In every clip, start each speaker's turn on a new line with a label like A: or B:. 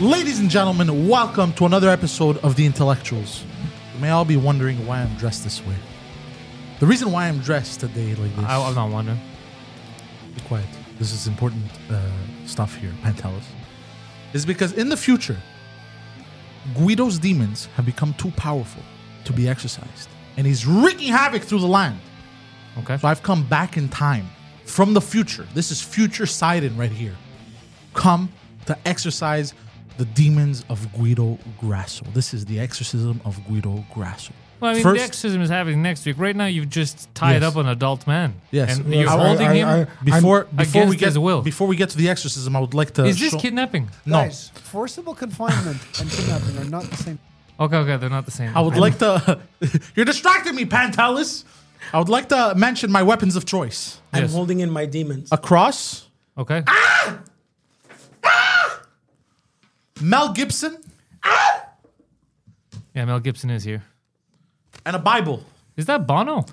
A: Ladies and gentlemen, welcome to another episode of The Intellectuals. You may all be wondering why I'm dressed this way. The reason why I'm dressed today like this.
B: I, I'm not wondering.
A: Be quiet. This is important uh, stuff here, Pantelis. Is because in the future, Guido's demons have become too powerful to be exercised, and he's wreaking havoc through the land.
B: Okay.
A: So I've come back in time from the future. This is future Sidon right here. Come to exercise the demons of Guido Grasso. This is the exorcism of Guido Grasso.
B: Well, I mean,
A: First-
B: the exorcism is happening next week. Right now, you've just
A: Yes.
B: tied up an adult man.
A: Yes.
B: And
A: Yes.
B: you're
A: I- I- uh,
B: holding him.
C: I- I-
A: Before before we
B: against
A: get
B: his will.
A: before we get to the exorcism, I would like to.
B: is this
A: show-
B: kidnapping?
A: No,
C: Guys, forcible confinement and kidnapping are not the same.
B: Okay, okay, they're not the same.
A: I would like to. you're distracting me, Pantelis. I would like to mention my weapons of choice:
B: Yes.
D: I'm holding in my demons.
A: a cross,
B: Okay.
A: Ah! Mel Gibson,
B: Yeah, Mel Gibson is here.
A: and a Bible.
B: Is that Bono?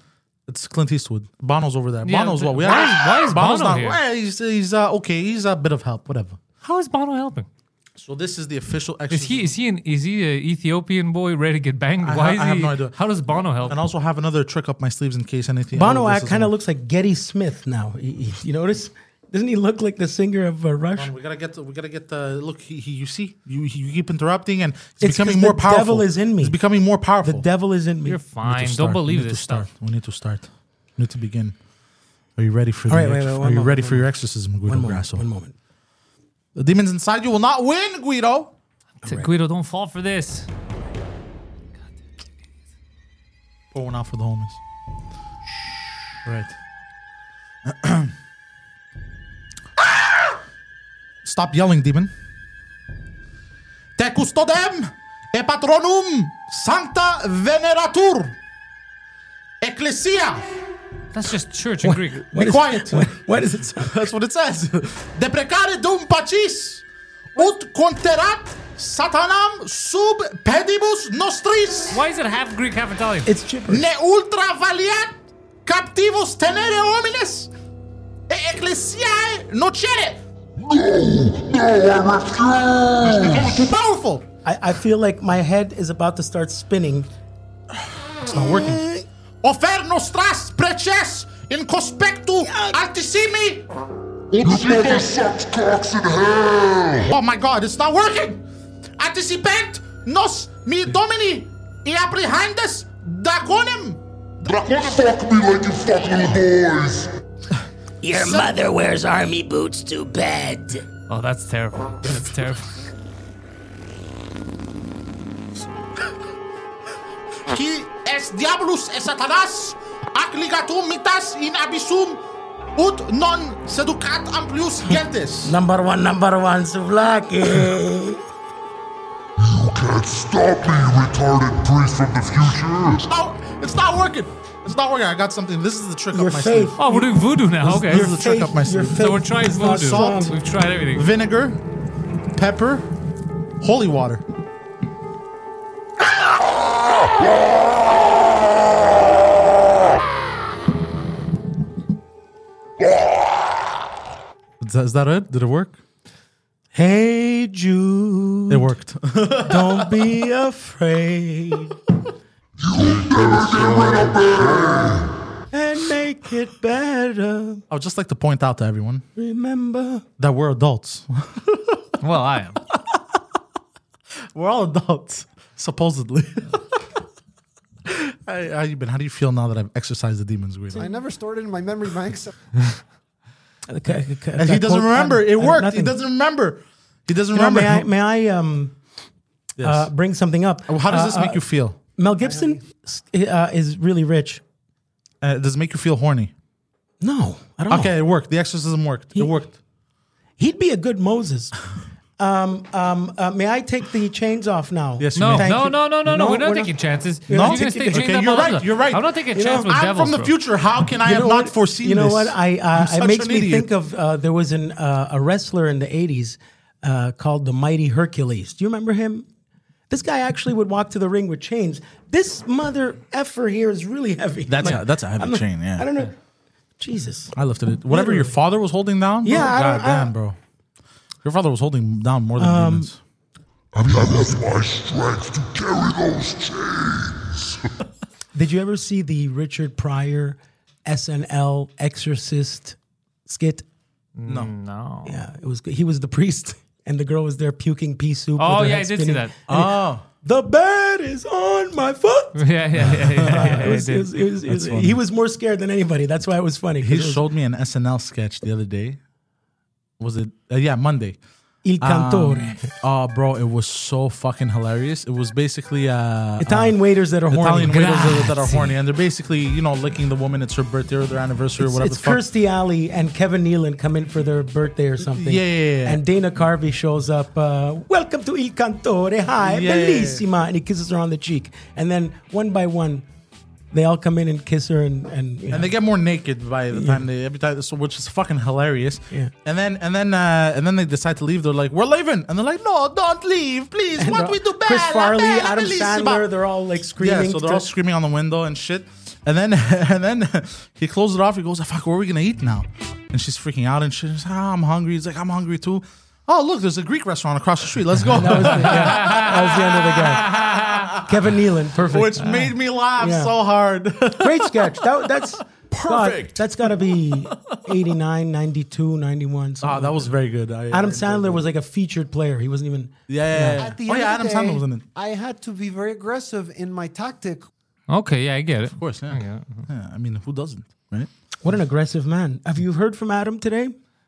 A: It's Clint Eastwood. Bono's over there.
B: Yeah,
A: Bono's
B: but
A: what we
B: why
A: have.
B: is- why is Bono
A: not,
B: here?
A: well, he's he's uh, okay. He's a bit of help, whatever.
B: How is Bono helping?
A: So this is the official
B: Is
A: exorcism.
B: he is he an is he an Ethiopian boy ready to get banged?
A: I-
B: Why
A: I-
B: is
A: I have
B: he?
A: no idea.
B: How does Bono help?
A: and also have another trick up my sleeves in case anything.
D: Bono
A: oh, this
D: kind of
A: isn't-
D: looks like Getty Smith now. He- he- you notice? Doesn't he look like the singer of uh, Rush?
A: We gotta get. We gotta get the look. He, he you see, you he- you keep interrupting, and it's,
D: 'cause
A: becoming
D: the
A: more powerful.
D: devil is in me.
A: It's becoming more powerful.
D: The devil is in me.
B: You're
A: We need to
B: fine. Don't
A: start.
B: believe
A: we need
B: this
A: to start.
B: stuff.
A: We need to start. We need to begin. Are you ready for the?
D: right, wait,
A: ex-
D: wait,
A: are
D: one
A: you
D: moment,
A: ready
D: one
A: for your exorcism, Guido
D: one, moment,
A: Grasso?
D: one moment.
A: The demons inside you will not win, Guido.
B: T- Guido, don't fall for this.
A: Pour one out for the homies. Right. Stop yelling, demon. Te custodem e patronum sancta veneratur. Ecclesia.
B: That's just church in Greek.
D: What is-
A: quiet.
D: What, what is it? sound-
A: That's what it says. Deprecare dum pacis ut conterat satanam sub pedibus nostris.
B: Why is it half Greek, half Italian?
D: It's gibberish.
A: ne ultra valiat captivos tenere homines e ecclesiae nocere. Too powerful.
D: I, I feel like my head is about to start spinning.
A: It's not working. Offer nostras preces in conspectu altissimi.
E: This mother sucks cocks in hell.
A: Oh my god, it's not working. Anticipant nos mi domini e apprehendes draconem.
E: Dracones fuck me like you fuck little boys.
F: Your mother wears army boots to bed.
B: Oh, that's terrible. That's terrible.
A: qui es diabolus et satanas ac ligatum mitas in abyssum ut non seducat amplius gentes
D: Number one, number one, Souvlaki.
E: You can't stop me, you retarded priest from the future.
A: oh, it's not working it's not working i got something this is the trick
D: Your
A: up my
D: faith.
A: sleeve
B: Oh, we're doing voodoo now. Okay.
A: this is the trick up my
D: Your
A: sleeve.
D: faith
B: So we're trying
D: is not
B: voodoo.
D: strong.
B: We've tried everything.
A: vinegar pepper holy water Is that- is that it? Did it work?
D: Hey, Jude,
A: It worked.
D: don't be afraid and make it better.
A: I would just like to point out to everyone
D: Remember.
A: that we're adults.
B: Well, I am.
A: We're all adults, supposedly.
G: Hey, how you been? How do you feel now that I've exercised the demons, Guido?
C: I never stored it in my memory bank. So
G: And he doesn't remember. It worked. He doesn't remember. He doesn't
D: You know,
G: remember.
D: may I, may I um,
G: Yes.
D: uh, bring something up?
G: How does this
D: Uh,
G: make you feel?
D: Mel Gibson s- uh, is really rich.
G: Uh, does it make you feel horny?
D: No, I don't.
G: Okay,
D: know.
G: it worked. The exorcism worked.
D: Oh. He-
G: it worked.
D: he'd be a good Moses. Um, um, uh, may I take the chains off now?
G: Yes, you
B: No,
G: may.
D: Thank
B: no,
D: you.
B: no, no, no, no.
D: No,
B: We're not
D: we're
B: taking
D: not-
B: chances.
D: not
B: You're gonna
D: taking-
B: stay
D: okay,
B: chained up
G: you're
B: on
G: right.
B: us.
G: You're right.
B: I'm not taking a
G: You
B: chance
G: know,
B: with
G: I'm
B: devils,
G: from the
B: bro.
G: future. How can I
D: You
G: have
D: know
G: not
D: what?
G: foreseen
D: You know
G: this?
D: what? I
G: I'm
D: uh,
G: such
D: it makes
G: an
D: me
G: idiot.
D: think of uh, there was an uh, a wrestler in the '80s uh, called the Mighty Hercules. Do you remember him? This guy actually would walk to the ring with chains. This mother effer here is really heavy.
G: That's
D: Like,
G: a- that's a heavy
D: not-
G: chain, yeah. Uh,
D: I don't know. Jesus.
G: I lifted it. Whatever your
D: Literally.
G: father was holding down.
D: Mm. Yeah, I
G: bro,
D: don't-
G: God damn,
D: I-
G: bro. Your father was holding down more than
E: I
G: demons.
E: mean, I have my strength to carry those chains.
D: Did you ever see the Richard Pryor SNL Exorcist skit?
B: No, Mm, no.
D: Yeah, it was. good. He was the priest, and the girl was there puking pea soup. with
B: Oh
D: her
B: yeah, I did
D: head
B: see
D: spinning.
B: that.
G: Oh,
D: The bed is on my foot.
B: Yeah, yeah, yeah, yeah. yeah,
D: it
B: I
D: was,
B: did.
D: it was, it was, it was,
G: funny.
D: he was more scared than anybody. That's why it was funny. 'cause
G: he
D: it was,
G: showed me an SNL sketch the other day. Was it? Uh, yeah, Monday.
D: Il Cantore.
G: Um, oh, bro, it was so fucking hilarious. It was basically uh,
D: Italian waiters that are horny.
G: Italian widows that, that are horny, and they're basically you know licking the woman. It's her birthday or their anniversary or
D: It's,
G: whatever.
D: it's
G: the fuck.
D: Kirstie Alley and Kevin Nealon come in for their birthday or something.
G: Yeah, yeah, yeah.
D: And Dana Carvey shows up. Uh, Welcome to Il Cantore. Hi,
G: Yeah, yeah, yeah.
D: bellissima. And he kisses her on the cheek. And then one by one, they all come in and kiss her. And and, you know.
G: and they get more naked by the time they every time so which is fucking hilarious
D: Yeah.
G: and then and then uh and then they decide to leave they're like we're leaving and they're like no don't leave please
D: and
G: what
D: they're-
G: we do bad
D: Chris Farley, Adam Sandler, they're all like screaming.
G: yeah so they're all
D: to-
G: screaming on the window and shit and then and then he closes it off he goes "Ah, fuck where are we gonna eat now and she's freaking out and shit she's like, "Ah, i'm hungry he's like i'm hungry too oh look there's a greek restaurant across the street let's go
D: that was, the, yeah, that was the end of the guy. Kevin Nealon, perfect.
G: which made me laugh
D: Yeah.
G: so hard
D: Great sketch. That, that's God,
G: Perfect.
D: that's got to be 89, 92, 91.
G: oh
D: something
G: that
D: like
G: was very good I-
D: Adam
G: I-
D: Sandler was like a featured player. He wasn't even.
G: yeah, yeah, yeah.
C: at the
G: oh
C: end
G: yeah
C: of
G: adam
C: the
G: sandler
C: day,
G: was in it
C: I had to be very aggressive in my tactic.
B: Okay, yeah, I get it.
G: Of course, yeah.
B: yeah.
G: Yeah, I mean, who doesn't, right?
D: What an aggressive man. Have you heard from Adam today?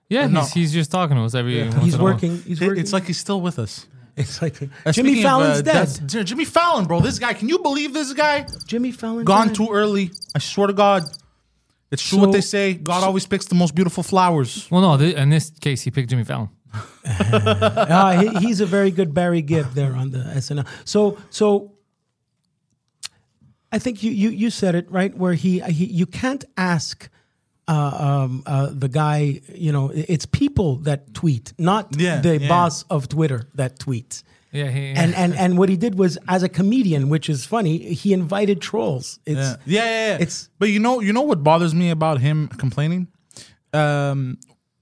B: Yeah,
G: No.
B: he's, he's just talking to us every. once
D: He's
B: in a while.
D: working. He's
G: It-
D: working.
G: it's like he's still with us.
D: it's like
G: Uh,
D: Jimmy
G: speaking of,
D: Fallon's
G: uh, that's-
D: dead.
G: Jim- Jimmy Fallon, bro. This guy, can you believe this guy?
D: Jimmy Fallon
G: Gone
D: dead.
G: too early. I swear to God. It's true what
D: So-
G: they say. God always picks the most beautiful flowers.
B: Well, no, th- in this case, he picked Jimmy Fallon.
D: Uh, he, he's a very good Barry Gibb there on the SNL. So so. I think you, you you said it right where he, he you can't ask uh, um, uh, the guy you know i- it's people that tweet not
G: Yeah,
D: the
G: yeah.
D: boss of Twitter that tweets
B: Yeah, he,
D: and and and what he did was as a comedian which is funny he invited trolls it's
G: Yeah. yeah, yeah, yeah.
D: it's-
G: but you know, you know what bothers me about him complaining. Um,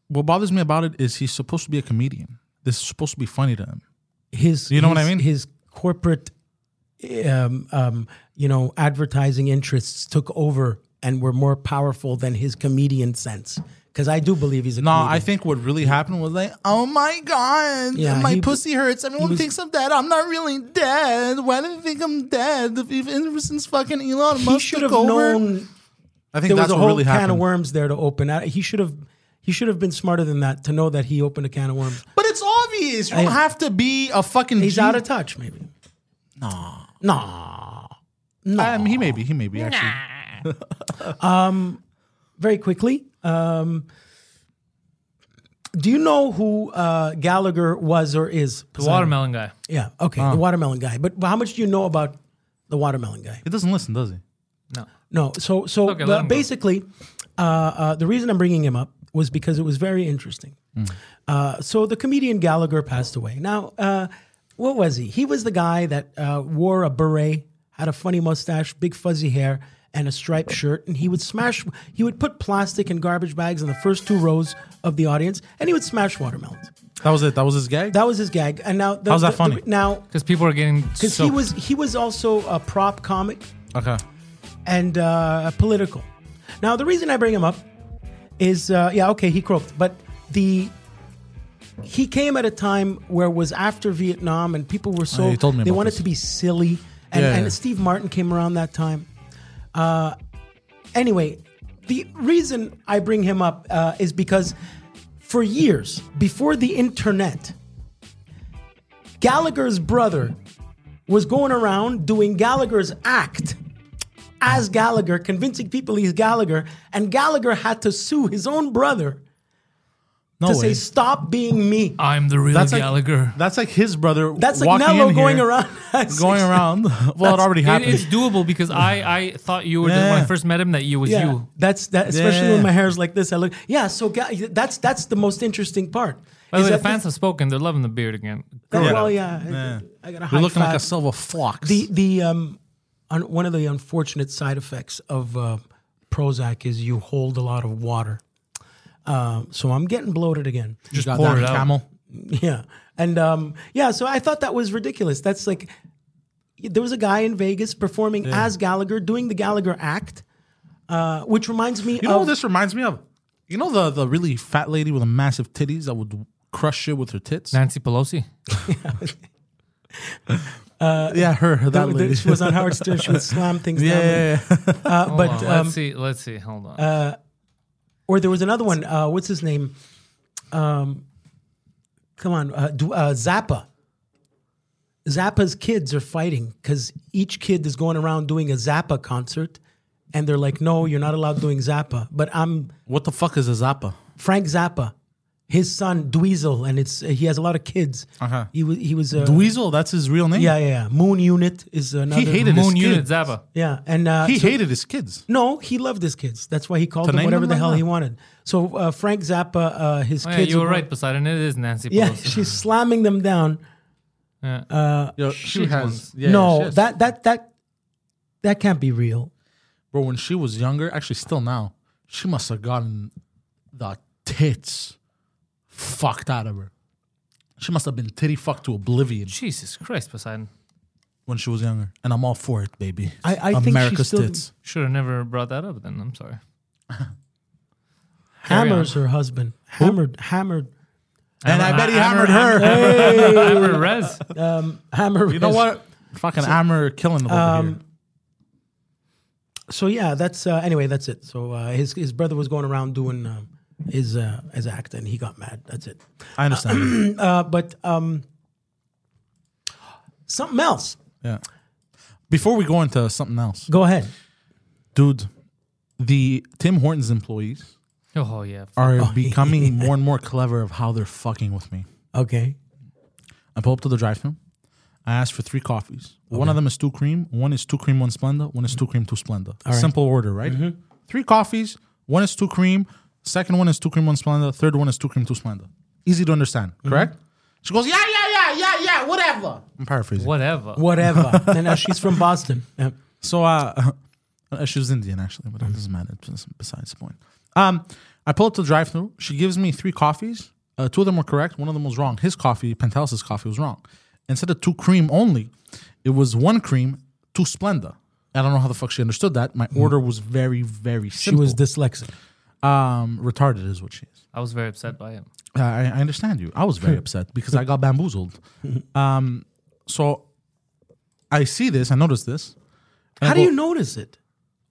G: what bothers me about it is he's supposed to be a comedian. This is supposed to be funny to him.
D: his
G: You know what I
D: his-
G: mean?
D: his corporate um, um, you know advertising interests took over and were more powerful than his comedian sense because i do believe he's a
G: No,
D: comedian.
G: I think what really happened was like, oh my god,
D: Yeah,
G: my
D: he-
G: pussy hurts. Everyone
D: was-
G: thinks I'm dead. I'm not really dead. Why do you think I'm dead? If ever since fucking Elon
D: he
G: Musk
D: should
G: took
D: have
G: over,
D: known
G: I think
D: there was
G: that's
D: a
G: what
D: whole
G: really
D: can
G: happened.
D: of worms there to open I- he should have he should have been smarter than that to know that he opened a can of worms
G: But it's obvious. You don't
D: I-
G: have to be a fucking.
D: he's
G: G-
D: out of touch maybe no no
G: Um, he may be. He may be actually.
D: very quickly. Um, do you know who uh, Gallagher was or is?
B: the watermelon guy.
D: Yeah. Okay. The watermelon guy. But how much do you know about the watermelon guy?
G: He doesn't listen, does he?
D: No. So so
B: Okay,
D: but
B: let him go.
D: basically, uh, uh, the reason I'm bringing him up was because it was very interesting.
G: Hmm.
D: Uh, so the comedian Gallagher passed away. Now, uh, what was he? He was the guy that uh, wore a beret, had a funny mustache, big fuzzy hair, and a striped shirt, and he would smash. He would put plastic and garbage bags in the first two rows of the audience, and he would smash watermelons.
G: That was it. That was his gag.
D: That was his gag. And now, the,
G: How's that
D: the- the-
G: funny?
D: now,
B: Because people are getting.
D: because he
B: soaked.
D: was he was also a prop comic
G: okay.
D: and uh, political. Now, the reason I bring him up is, uh, yeah, okay, he croaked, but the he came at a time where it was after Vietnam, and people were so
G: Oh, you told me
D: they
G: about
D: wanted
G: this.
D: to be silly, and,
G: Yeah,
D: and
G: yeah.
D: Steve Martin came around that time. Uh, anyway, the reason I bring him up uh, is because for years before the internet, Gallagher's brother was going around doing Gallagher's act as Gallagher, convincing people he's Gallagher, and Gallagher had to sue his own brother
G: No
D: to
G: way.
D: say, "Stop being me."
B: I'm the real
G: That's like-
B: Gallagher.
G: That's like his brother.
D: That's like
G: Uh, walking
D: Nello
G: in
D: going
G: here,
D: around. as-
G: Going around. Well, it already
B: It-
G: happened.
B: it's doable because I, I thought you were the, when I
G: Yeah.
B: first met him that you Oh, was
D: Yeah,
B: you.
D: that's that. Especially
G: Yeah.
D: when my hair's like this, I look. Yeah, so Ga- that's that's the most interesting part.
B: By the
D: is
B: way, the
D: that
B: fans have spoken. They're loving the beard again.
D: that-
G: Yeah.
D: Well, yeah, I, I got a high
G: You're looking like a
D: fat-
G: silver fox.
D: the the um un, one of the unfortunate side effects of uh, Prozac is you hold a lot of water. Um, so I'm getting bloated again.
G: just
B: got pour that it out.
G: camel.
D: Yeah. And um, yeah, so I thought that was ridiculous. That's like there was a guy in Vegas performing as Gallagher, doing the Gallagher act, uh, which reminds me
G: You know
D: of
G: what this reminds me of? You know the the really fat lady with the massive titties that would crush shit with her tits?
B: Nancy Pelosi.
G: yeah, her, her that
D: the- the-
G: lady.
D: she was on Howard Stern. She would slam things
G: yeah,
D: down.
G: yeah, yeah.
D: Uh,
B: But
D: but
B: let's
D: um,
B: see. Let's see. Hold on.
D: or there was another one. Uh, what's his name? Um, come on, uh, Du- uh, Zappa. Zappa's kids are fighting because each kid is going around doing a Zappa concert, and they're like, "No, you're not allowed doing Zappa." But I'm
G: what the fuck is a zappa?
D: Frank Zappa, his son Dweezil, and it's uh, he has a lot of kids.
G: Uh-huh.
D: He was he was uh,
G: Dweezil, that's his real name.
D: Yeah, yeah, yeah. Moon Unit is another.
G: he hated
B: Moon
G: his
B: Unit
G: kids.
B: Zappa.
D: Yeah, and uh,
G: He
D: so-
G: hated his kids.
D: No, he loved his kids. That's why he called
G: To
D: them
G: name
D: whatever
G: them
D: the
G: like
D: hell he
G: that.
D: wanted. So uh, Frank Zappa, uh, his
B: Oh, yeah,
D: kids.
B: you were
D: were-
B: right, Poseidon. It is Nancy Pelosi.
D: Yeah, she's slamming them down.
B: Yeah.
G: Yo,
B: Shit
G: she
B: ones.
G: has. Yeah, she
D: no,
G: has-
D: that that that that can't be real.
G: bro. When she was younger, actually still now, she must have gotten the tits fucked out of her. She must have been titty fucked to oblivion
B: Jesus Christ, Poseidon.
G: when she was younger, and I'm all for it, baby.
D: I- I think she
G: America's
D: still-
G: tits.
B: Should have never brought that up then. I'm sorry. Carry
D: Hammers her husband. Hammered, hammered,
G: And I bet he hammered her.
B: her. Hammered Rez.
D: hammered.
G: You know what? Fucking Amber killing them over here.
D: So yeah, that's uh, anyway. That's it. So uh, his his brother was going around doing um, his uh, his act, and he got mad. That's it.
G: I understand.
D: Uh, but um, something else.
G: yeah. Before we go into something else,
D: Go ahead.
G: dude, the Tim Hortons employees
B: Oh, yeah.
G: are becoming more and more clever of how they're fucking with me.
D: Okay.
G: I pull up to the drive-thru. I ask for three coffees. One of them is two cream. One is two cream, one Splenda. One is two cream, two Splenda. Simple order, right? Three coffees. One is two cream. Second one is two cream, one Splenda. Third one is two cream, two Splenda. Easy to understand, correct? She goes, yeah, yeah, yeah, yeah, yeah, whatever. I'm paraphrasing.
B: Whatever.
D: Whatever. and now she's from Boston. Yeah.
G: So uh, uh, she was Indian actually, but it doesn't
D: Mm-hmm.
G: matter. It's besides the point. Um, I pull up to the drive-through. She gives me three coffees. Uh, two of them were correct. One of them was wrong. His coffee, Pantelis' coffee, was wrong. Instead of two cream only, it was one cream, two Splenda. I don't know how the fuck she understood that. My order was very,
D: Mm-hmm.
G: very
D: She
G: simple.
D: was dyslexic.
G: um, retarded, is what she is.
B: I was very upset by him.
G: Uh, I, I understand you. I was very upset because I got bamboozled. Um, so I see this. I notice this. and I
D: How do
G: go-
D: you notice it?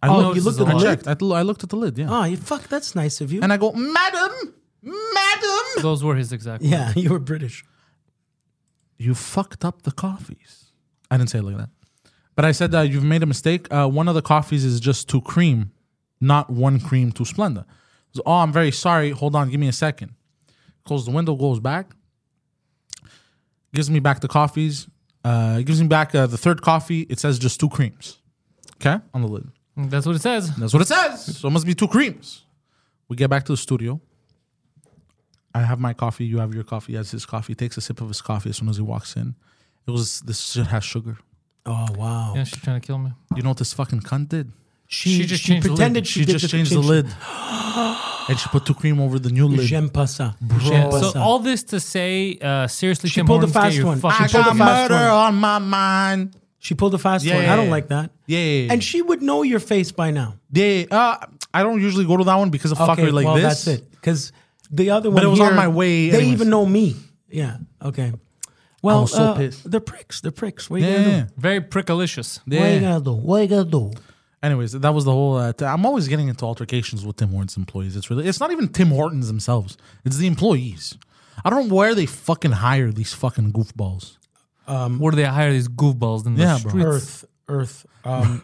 G: I
D: Oh,
G: looked-
D: you looked at
G: I
D: the lid?
G: checked. I, l- I looked at the lid. Yeah.
D: Oh, you fuck. That's nice of you.
G: And I go, Madam, Madam,
B: Those were his exact words.
D: yeah, you were British.
G: you fucked up the coffees. I didn't say it like that. But I said, uh, You've made a mistake. Uh, one of the coffees is just two cream, not one cream, two Splenda. So, oh, I'm very sorry. Hold on. Give me a second. Close the window, goes back, gives me back the coffees, uh, gives me back uh, the third coffee. It says just two creams. Okay. On the lid.
B: That's what it says.
G: That's what it says. So it must be two creams. We get back to the studio. I have my coffee. You have your coffee. He has his coffee. He takes a sip of his coffee as soon as he walks in. It was this shit has sugar.
D: Oh wow.
B: Yeah, she's trying to kill me.
G: You know what this fucking cunt did?
D: She,
B: She just
D: she
B: changed the lid.
D: pretended
G: She
D: did
G: just
D: the-
G: changed the lid, and she put two cream over the new lid.
D: J'aime pas ça.
B: Yeah,
D: J'aime pas
B: so
D: ça.
B: all this to say, uh, seriously,
D: uh, She
B: Tim
D: pulled a
B: Hortons, get
D: fast
B: your
D: one.
B: fucking-
G: I
D: She pulled
G: got
D: a fast
G: murder
D: one.
G: on my mind.
D: she pulled a fast
G: Yeah,
D: one.
G: yeah,
D: I don't
G: yeah.
D: like that.
G: Yeah, yeah, yeah.
D: And she would know your face by now.
G: they. Uh, I don't usually go to that one because of fuckery like
D: well,
G: this.
D: that's it. Because the other one,
G: it was on
D: here,
G: my way
D: They
G: anyways.
D: even know me. Yeah. Okay. Well,
G: was so
D: uh,
G: pissed.
D: they're pricks. They're pricks. What are you
G: Yeah,
D: gonna
G: yeah,
D: do?
B: Very prickalicious.
D: What you
G: yeah.
D: gonna do? What you gonna do?
G: Anyways, that was the whole. Uh, t- I'm always getting into altercations with Tim Hortons employees. It's really, it's not even Tim Hortons themselves. It's the employees. I don't know where they fucking hire these fucking goofballs.
B: Where do they hire these goofballs in the
G: Yeah, bro.
B: streets?
D: Earth, Earth. Um,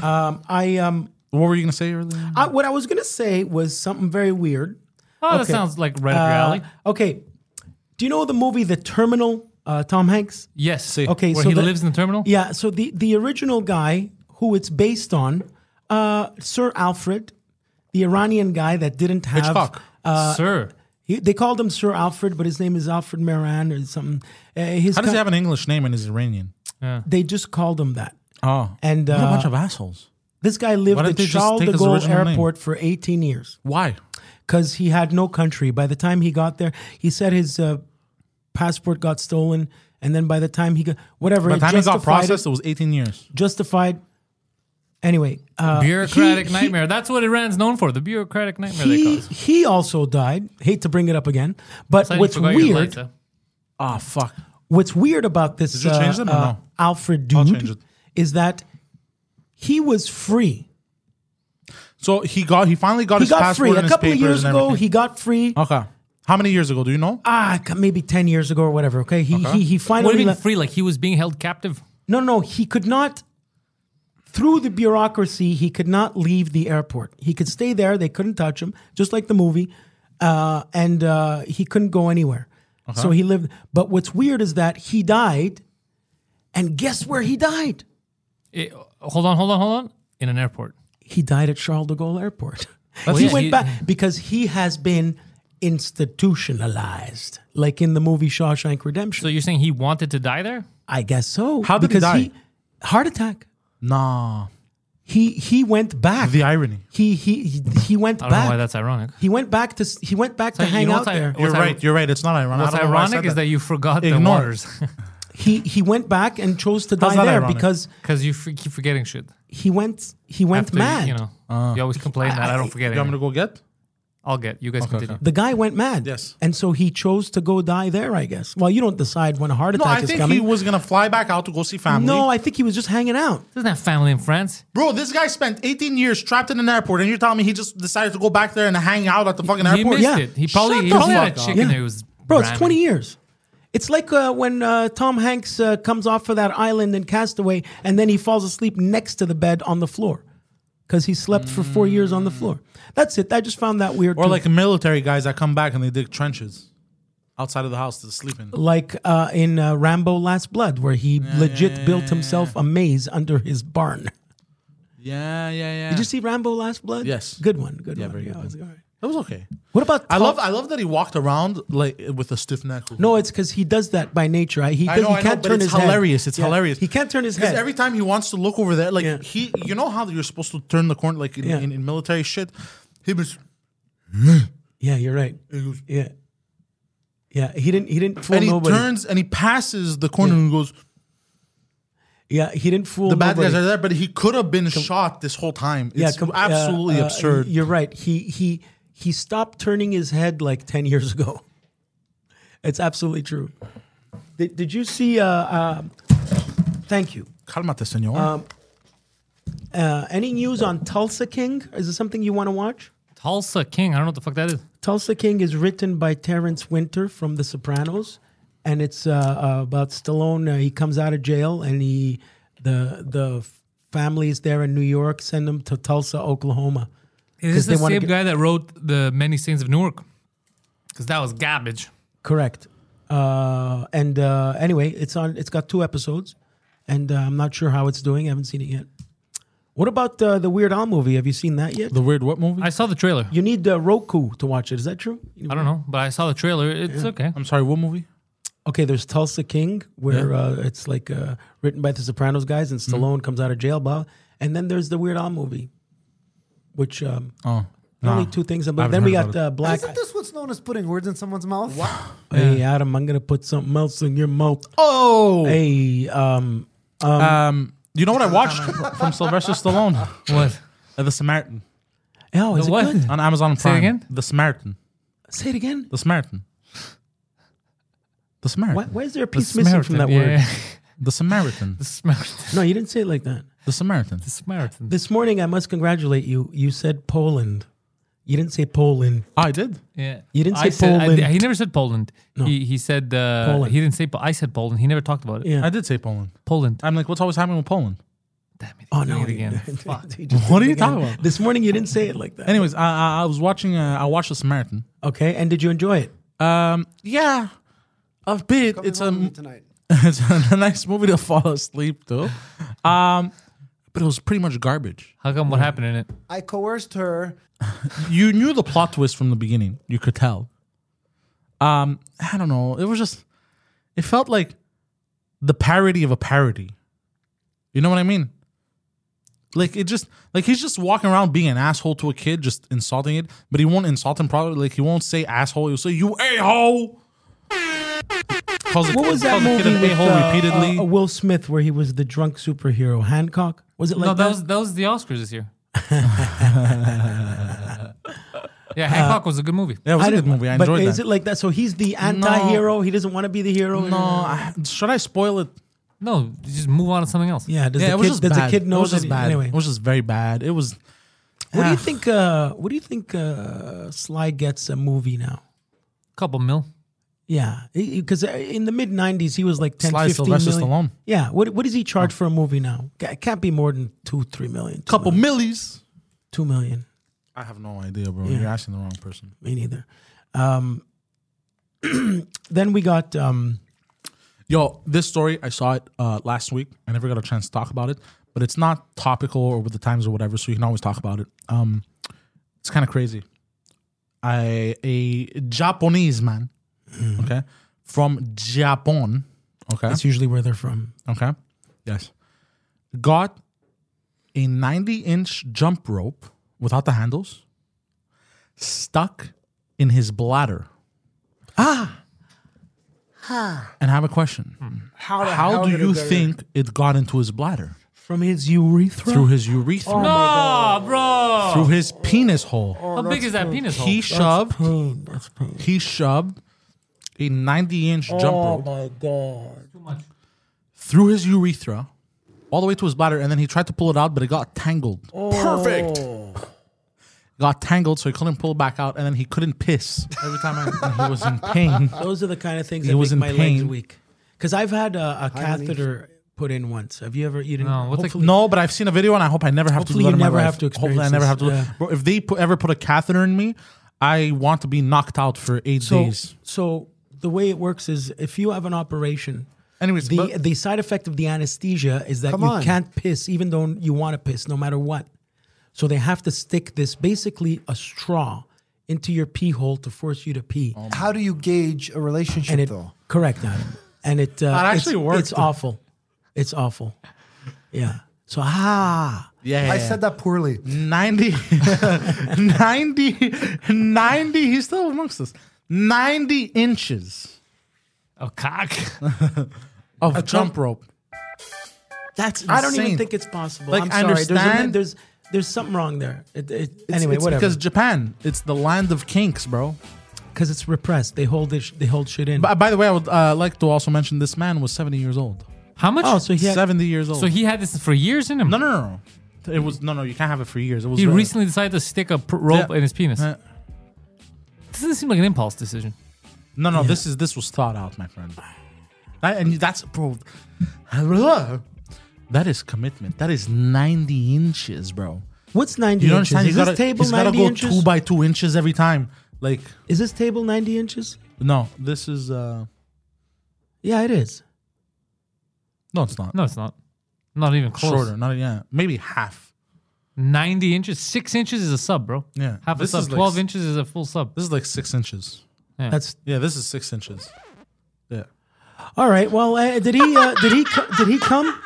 D: um, I um,
G: What were you gonna say earlier?
D: I, what I was gonna say was something very weird.
B: Oh, that
D: Okay.
B: sounds like right up your alley.
D: Uh, okay, do you know the movie The Terminal? Uh, Tom Hanks.
B: Yes.
D: Okay,
B: Where
D: so
B: he
D: the-
B: lives in the terminal.
D: Yeah. So the the original guy who it's based on, uh, Sir Alfred, the Iranian guy that didn't have
G: Hitchcock.
D: uh,
B: Sir.
D: He, they called him Sir Alfred, but his name is Alfred Moran or something. Uh, his
G: How does
D: co-
G: he have an English name and is Iranian?
D: they just called him that.
G: Oh,
D: And,
G: what a
D: uh,
G: bunch of assholes.
D: This guy
G: Why
D: lived
G: don't
D: at
G: they just
D: Charles
G: take
D: de
G: his
D: Gaulle
G: original name?
D: Airport for 18 years
G: Why?
D: because he had no country. By the time he got there, he said his uh, passport got stolen, and then by the time he got whatever,
G: By the
D: it
G: time he got
D: justified it-
G: processed, it was 18 years.
D: justified. Anyway, uh,
B: Bureaucratic
D: he- he-
B: nightmare. That's what Iran's known for. The bureaucratic nightmare they
D: He,
B: call it.
D: he also died. Hate to bring it up again, but
B: Exciting,
D: what's
B: forgot your
D: weird?
B: lighter.
G: Ah, fuck.
D: What's weird about this uh,
G: Did you change them or no?
D: Alfred
G: I'll change
D: dude
G: it.
D: is that he was free.
G: So he got, he finally got
D: He
G: his
D: got
G: passport
D: free
G: and
D: a
G: his
D: couple of
G: papers
D: years
G: and
D: ago.
G: everything.
D: He got free.
G: Okay. How many years ago? Do you know?
D: Ah, c- maybe ten years ago or whatever. Okay, he he, he
B: What do
D: finally
B: you mean
D: left.
B: free? Like he was being held captive?
D: No, no, he could not. Through the bureaucracy, he could not leave the airport. He could stay there; they couldn't touch him, just like the movie, uh, and uh, he couldn't go anywhere. So he lived. But what's weird is that he died, and guess where he died?
B: Eh, hold on, hold on, hold on. In an airport.
D: He died at Charles de Gaulle Airport.
B: Well,
D: he
B: yeah,
D: went
B: he-
D: back because he has been institutionalized, like in the movie Shawshank Redemption.
B: So you're saying he wanted to die there?
D: I guess so.
G: How did he
D: because
G: die?
D: heart attack.
G: Nah.
D: He he went back.
G: The irony.
D: He he he, he went
B: I don't know
D: back.
B: why that's ironic.
D: he went back to s- he went back
B: So
D: to
B: you
D: hang
B: know
D: out
B: what's ir-
D: there.
G: You're
B: What's
G: right.
B: ir-
G: You're right. It's not ironic.
B: What's
G: I don't know why I said
B: ironic is that you forgot the
G: Ignore.
B: waters
D: He he went back and chose to die
G: that
D: there
G: ironic?
D: because
B: because you f- keep forgetting shit.
D: he went he went
B: After,
D: mad.
B: You know, you always complain that I don't forget
G: Ah. You want me
B: anything.
G: to go get?
B: I'll get you guys continue.
D: The guy went mad.
G: Yes.
D: And so he chose to go die there, I guess. Well, you don't decide when a heart
G: No,
D: attack
G: I
D: is
G: think
D: coming.
G: he was gonna fly back out to go see family.
D: no, I think he was just hanging out.
B: Doesn't have family in France.
G: bro, this guy spent 18 years trapped in an airport, and you're telling me he just decided to go back there and hang out at the fucking
B: He
G: airport?
B: missed
D: Yeah.
B: it. He probably
G: Shut
B: he
G: the
B: probably had a
G: fuck up.
B: chicken.
D: Yeah.
B: It was
D: Bro,
B: ramen.
D: it's 20 years. It's like uh, when uh, Tom Hanks uh, comes off of that island in Castaway and then he falls asleep next to the bed on the floor because he slept for four years on the floor. That's it. I just found that weird.
G: Or
D: too.
G: like military guys that come back and they dig trenches outside of the house to sleep in.
D: like uh, in uh, Rambo Last Blood, where he legit built himself a maze under his barn.
G: Yeah, yeah, yeah.
D: Did you see Rambo Last Blood?
G: Yes.
D: Good one. Good one.
G: very
D: Yeah,
G: good
D: I was- all right.
G: That was okay.
D: What about.
G: I
D: Tom-
G: love I love that he walked around like with a stiff neck.
D: No, it's because he does that by nature. I- He,
G: I
D: does-
G: know,
D: he
G: I
D: can't
G: know, but
D: turn
G: it's
D: his head.
G: hilarious. It's
D: Yeah.
G: hilarious.
D: He can't turn his
G: Because
D: head.
G: every time he wants to look over there, like
D: Yeah.
G: he, you know how you're supposed to turn the corner, like in,
D: Yeah.
G: in, in military shit. He was,
D: yeah, you're right. Yeah. Yeah, he didn't. He didn't fool
G: and he
D: nobody.
G: turns and he passes the corner and goes.
D: yeah, he didn't fool
G: The bad
D: nobody.
G: guys are there, but he could have been shot this whole time.
D: yeah,
G: It's
D: com- uh,
G: absolutely
D: uh,
G: absurd.
D: You're right. He he he stopped turning his head like ten years ago. It's absolutely true. Did, did you see? Uh, uh, thank you.
G: Calmate, senor.
D: Um, Uh, any news on Tulsa King? Is it something you want to watch?
B: Tulsa King. I don't know what the fuck that is.
D: Tulsa King is written by Terrence Winter from The Sopranos, and it's uh, uh, about Stallone. Uh, he comes out of jail, and he the the families there in New York send him to Tulsa, Oklahoma.
B: Is this
D: they
B: the
D: wanna
B: same
D: get-
B: guy that wrote the Many Saints of Newark? Because that was garbage.
D: Correct. Uh, and uh, anyway, it's on. It's got two episodes, and uh, I'm not sure how it's doing. I haven't seen it yet. What about uh, the Weird Al movie? Have you seen that yet?
G: the weird what movie?
B: I saw the trailer.
D: You need uh, Roku to watch it. Is that true?
B: I don't know, but I saw the trailer. It's okay.
G: I'm sorry, what movie?
D: Okay, there's Tulsa King, where uh, it's like uh, written by the Sopranos guys, and
G: Mm-hmm.
D: Stallone comes out of jail, blah. And then there's the Weird Al movie, which um,
G: Oh,
D: only
G: nah.
D: two things.
G: I
D: But
G: haven't
D: then we
G: heard
D: got
G: about
D: uh, Black.
C: Isn't this what's known as putting words in someone's mouth?
D: Hey Adam, I'm gonna put something else in your mouth.
G: Oh,
D: Hey, um,
G: um, you know what I watched from Sylvester Stallone?
B: What?
G: Uh, the Samaritan
D: oh, is it
B: what?
D: good?
G: on Amazon Prime.
B: again?
G: The Samaritan.
D: Say it again.
G: The Samaritan. The Samaritan.
D: Why, why is there a piece missing
B: Samaritan,
D: from that
B: yeah,
D: word?
B: yeah.
G: The Samaritan.
B: The Samaritan.
D: No, you didn't say it like that.
G: The Samaritan.
B: The Samaritan.
D: This morning, I must congratulate you. You said Poland. You didn't say Poland.
G: Oh, I did.
B: yeah.
D: You didn't say
B: said- I-
D: Poland.
B: he never said Poland. He, he said, uh,
D: Poland.
B: he didn't say, Po- I said Poland. He never talked about it.
D: Yeah.
G: I did say Poland.
B: Poland.
G: I'm like, what's always happening with Poland?
B: Damn it.
D: Oh
B: he's doing
D: no!
B: It again.
D: he-
B: Fuck.
D: he just did
G: What
D: it
G: are you
D: again.
G: talking about?
D: This morning, you didn't say it like that.
G: Anyways, I, I, I was watching. Uh, I watched The Samaritan.
D: Okay, and did you enjoy it?
G: Um, yeah, a bit.
C: Coming
G: It's a
C: home with me tonight.
G: it's a nice movie to fall asleep to. Um, but it was pretty much garbage.
B: How come what happened in it?
C: I coerced her.
G: You knew the plot twist from the beginning. You could tell. Um, I don't know. It was just. It felt like the parody of a parody. You know what I mean? Like it just like he's just walking around being an asshole to a kid, just insulting it. But he won't insult him. Probably like he won't say asshole. He'll say you a hole. Calls the-
D: What was that
G: calls the kid
D: movie
G: an
D: with
G: a-hole
D: uh,
G: repeatedly.
D: uh, uh, Will Smith where he was the drunk superhero Hancock? Was it like
B: no, that
D: that?
B: was that was the Oscars this year. yeah, Hancock was a good movie.
G: Yeah, it was a good
D: didn't-
G: movie. I
D: but
G: enjoyed
D: is
G: that.
D: it like that? So he's the anti-hero. He doesn't want to be the hero.
G: no, I, should I spoil it?
B: No, you just move on to something else.
D: Yeah. Does
G: yeah,
D: the
G: it was
D: kid,
G: just
D: does
G: bad.
D: the kid
G: it
D: know
G: was just
D: that-
G: bad.
D: Anyway,
G: It was ah. just very bad. It was.
D: what do you think? Uh, what do you think? Uh, Sly gets a movie now.
B: Couple mil.
D: Yeah, because uh, in the mid '90s he was like 10,
G: Sly
D: 15
G: Sylvester
D: million.
G: Stallone. Oh.
D: Yeah, what what does he charge for a movie now? Ca- It can't be more than two, three million. two
G: couple
D: million,
G: millies.
D: two million.
G: I have no idea, bro. You're asking the wrong person.
D: Me neither. Um, then we got um,
G: Yo, this story I saw it uh, last week. I never got a chance to talk about it, but it's not topical or with the times or whatever, so you can always talk about it. Um, it's kind of crazy. I a Japanese man, okay, from Japan, okay,
D: Mm-hmm. that's usually where they're from.
G: okay, yes, got a ninety-inch jump rope without the handles stuck in his bladder. Ah. And I have a question
C: How, the
G: how
C: hell
G: do
C: did it
G: you
C: go there?
G: think it got into his bladder?
D: From his urethra.
G: Through his urethra,
B: Oh, bro.
G: through his penis hole.
B: How big is that penis hole?
G: he shoved.
D: pain. That's pain.
G: He shoved a 90-inch jump rope
D: my god.
G: through his urethra, all the way to his bladder, and then he tried to pull it out, but it got tangled.
H: Perfect.
G: Got tangled, so he couldn't pull it back out, and then he couldn't piss every time. I, and he was in pain.
D: Those are the kind of things
G: He
D: that
G: was
D: make
G: in
D: my legs
G: pain.
D: weak. Because I've had a, a catheter put in once. Have you ever? You didn't.
B: No, what's like-
D: hopefully-
G: No, but I've seen a video, and I hope I never have
D: Hopefully
G: to do that
D: you
G: in my
D: never
G: life.
D: have to
G: Hopefully, I
D: experience
G: never have to.
D: this. Yeah.
G: Bro, if they put, ever put a catheter in me, I want to be knocked out for eight
D: So,
G: days.
D: so the way it works is if you have an operation,
G: Anyways,
D: the
G: but-
D: the side effect of the anesthesia is that
C: Come
D: you
C: on.
D: can't piss even though you want to piss no matter what. So they have to stick this basically a straw into your pee hole to force you to pee.
C: How do you gauge a relationship
D: and it
C: though?
D: correct Adam. And it uh,
G: That actually
D: it's,
G: worked.
D: It's awful. It's awful. Yeah. So ah,
G: yeah, Mm.
C: I said that poorly.
G: 90, 90, 90, he's still amongst us. 90 inches
B: A cock.
G: of jump rope.
D: that's
G: insane.
D: I don't even think it's possible.
G: Like,
D: I'm
G: I
D: sorry. There's a-
G: understand.
D: There's, there's something wrong there. It, it, anyway,
G: it's
D: whatever.
G: Because Japan, it's the land of kinks, bro.
D: because it's repressed. They hold this, they hold shit in.
G: By, by the way, I would uh, like to also mention this man was 70 years old.
B: How much?
D: oh, so he had,
G: 70 years old.
B: so he had this for years in him.
G: no, no, no, no. It was, no, no, you can't have it for years. It was
B: He
G: uh,
B: recently decided to stick a pr- rope
G: Yeah.
B: in his penis.
G: Uh,
B: Doesn't seem like an impulse decision.
G: No, no, this is this was thought out, my friend. That, and that's bro. That is commitment. That is 90 inches, bro.
D: what's ninety
G: You don't
D: inches?
G: understand?
D: Is
G: He's
D: this
G: gotta-
D: table
G: he's gotta
D: ninety
G: go
D: inches?
G: two by two inches every time. Like,
D: is this table ninety inches?
G: no, this is uh
D: Yeah, it is.
G: no, it's not.
B: No, it's not. Not even close.
G: Shorter, not yeah, maybe half.
B: 90 inches. Six inches is a sub, bro.
G: Yeah.
B: Half
G: This
B: a
G: is
B: sub.
G: like
B: 12
G: s-
B: inches is a full sub.
G: This is like six inches.
D: That's
G: Yeah, this is six inches. Yeah.
D: all right. Well, uh, did he? Uh, did he? co- Did he come?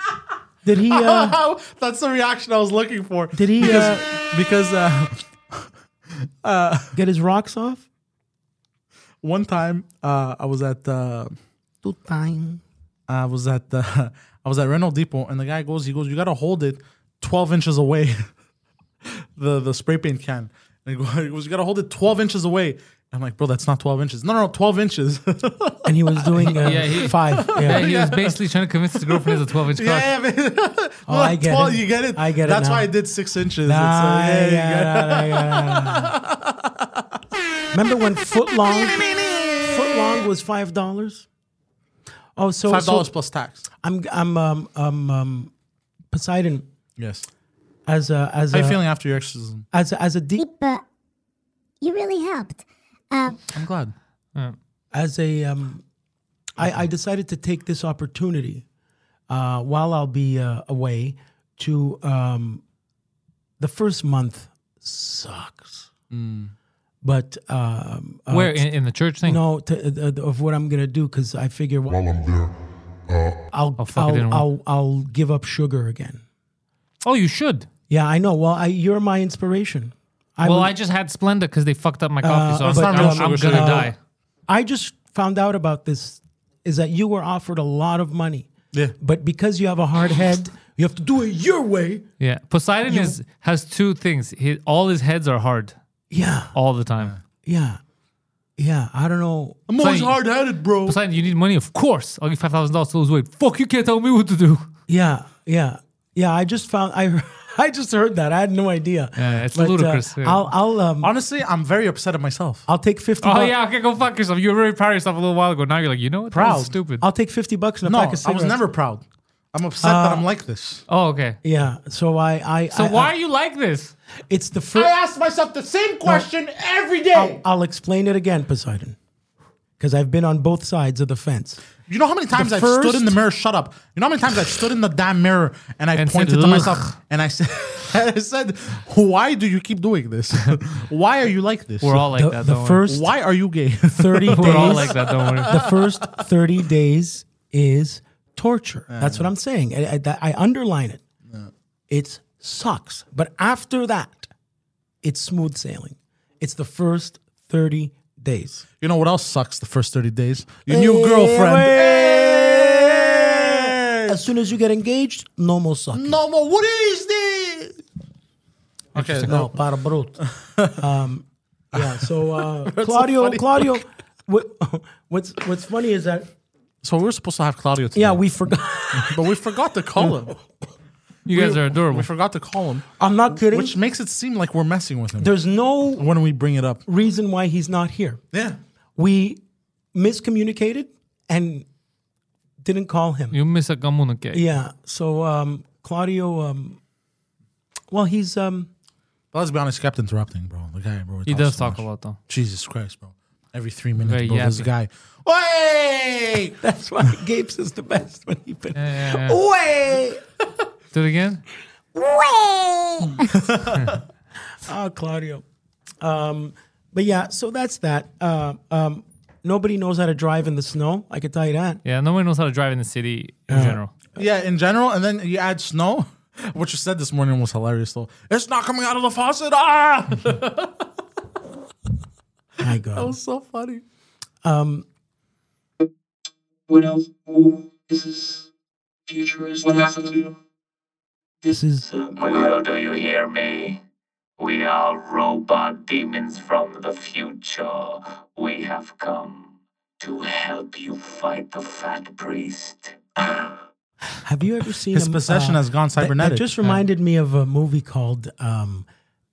D: Did he? Uh,
G: That's the reaction I was looking for.
D: Did he, uh,
G: Because, because uh,
D: get his rocks off?
G: one time uh, I was at uh,
D: Two time.
G: I was at the I was at Renault Depot and the guy goes, he goes, you gotta hold it 12 inches away. the the spray paint can. And he go- he goes, you gotta hold it 12 inches away. I'm like, bro, that's not 12 inches. No, no, no 12 inches. yeah,
D: and he was doing uh,
B: Yeah, he-
D: five.
B: Yeah,
D: Yeah.
B: he was basically trying to convince his girlfriend it's a 12 inch cock.
G: yeah, man.
D: Oh,
G: No,
D: I get it.
G: You get it?
D: I get it
G: That's
D: now.
G: why I did six inches. It's,
D: Ah,
G: uh, yeah, you
D: yeah,
G: got-
D: yeah, yeah, yeah. Remember when foot long, foot long was five dollars? Oh, so
G: Five dollars
D: So
G: plus tax.
D: I'm I'm um, um um Poseidon
G: Yes.
D: as a as
G: How you
D: a
G: feeling after your exorcism?
D: as a, as a D
I: But you really helped. Uh,
G: I'm glad.
D: as a um, I, I decided to take this opportunity uh, while I'll be uh, away to um, the first month sucks,
G: Mm.
D: but um, uh,
B: Where? In, in the church thing?
D: no to, uh, of what I'm gonna do because I figure wh-
E: While I'm there, uh,
D: I'll
B: Oh, fuck, I
D: I'll,
B: didn't wa-
D: I'll I'll give up sugar again.
B: Oh, you should.
D: Yeah, I know. Well, I, you're my inspiration. I
B: well,
D: would-
B: I just had Splenda because they fucked up my coffee,
G: Uh,
B: so I'm,
D: but,
B: I'm-
D: um,
B: I'm
D: sugar,
B: gonna
D: sugar.
B: die.
D: I just found out about this is that you were offered a lot of money.
G: Yeah.
D: But because you have a hard head, you have to do it your way.
B: Yeah, Poseidon is has two things. He, all his heads are hard
D: Yeah.
B: all the time.
D: Yeah. Yeah. I don't know.
G: I'm
B: always
G: always
B: Fine.
G: hard headed, bro.
B: Poseidon, you need money, of course. I'll give five thousand dollars to lose weight. Fuck, you can't tell me what to do.
D: Yeah. Yeah. Yeah. I just found I I just heard that. I had no idea.
B: Yeah, it's
D: But, uh,
B: ludicrous, yeah.
D: I'll I'll um
G: Honestly, I'm very upset at myself.
D: I'll take fifty.
B: Oh
D: bucks.
B: yeah, okay, go fuck yourself. You were very proud of yourself a little while ago. Now you're like, you know what? That was
G: Proud.
B: stupid.
D: I'll take fifty bucks and a
G: No,
D: pack of
G: I
D: cigarettes.
G: was never proud. I'm upset that
D: Uh,
G: I'm like this.
B: oh okay.
D: Yeah. So I I
B: So
D: I,
B: why
D: I-
B: are you like this?
D: it's the first
G: ask myself the same question every day.
D: I'll, I'll explain it again, Poseidon, because I've been on both sides of the fence.
G: You know how many times I've stood in the mirror? Shut up. You know how many times I've stood in the damn mirror and I
B: And
G: pointed
B: said,
G: to myself
B: "Ugh."
G: and I said, I said, why do you keep doing this? why are you like this?
B: We're all like
D: The,
B: that.
D: the
B: don't worry.
D: first
G: why are you gay?
D: 30 days,
B: We're all like that. Don't worry.
D: the first 30 days is torture. That's what I'm saying. I, I, that- I underline it. It sucks. But after that, it's smooth sailing. It's the first 30 days.
G: you know what else sucks the first 30 days? Your new girlfriend. Hey!
D: As soon as you get engaged, no more sucking.
G: No more. What is this? Okay,
D: No, para brut. Um, yeah, so uh, Claudio, Claudio, what, what's what's funny is that
G: So we were supposed to have Claudio today.
D: yeah we forgot.
G: but we forgot to call him.
B: You guys are adorable.
G: We forgot to call him,
D: I'm not kidding.
G: which makes it seem like we're messing with him.
D: There's no
G: when we bring it up.
D: reason why he's not here.
G: Yeah.
D: We miscommunicated and didn't call him.
B: You miss a communicate.
D: Yeah, so um, Claudio, um, well he's um,
G: But let's be honest, he kept interrupting, bro. The guy, bro.
B: He does
G: so
B: talk
G: much.
B: a lot though.
G: Jesus Christ, bro. Every three minutes,
B: Very
G: bro, this
B: yappy.
G: guy. Hey!
D: that's why Gapes is the best when he finishes.
B: Yeah, yeah,
D: Oh.
B: yeah.
D: Way,
B: Do it again.
I: way!
D: oh Claudio, um, but yeah, so that's that. Uh, um, nobody knows how to drive in the snow. I can tell you that.
B: Yeah, nobody knows how to drive in the city in
D: Uh,
B: general.
G: Yeah, in general, and then you add snow. What you said this morning was hilarious, though. It's not coming out of the faucet. Ah! that
D: My God.
G: was so funny.
D: Um,
A: What else? Oh, this is futurist. What happened to you? uh,
D: this is
A: Will, do you hear me? We are robot demons from the future. We have come to help you fight the fat priest.
D: Have you ever seen a
G: His
D: m-
G: possession has gone
D: that- That,
G: cybernetic.
D: just reminded me of a movie called um,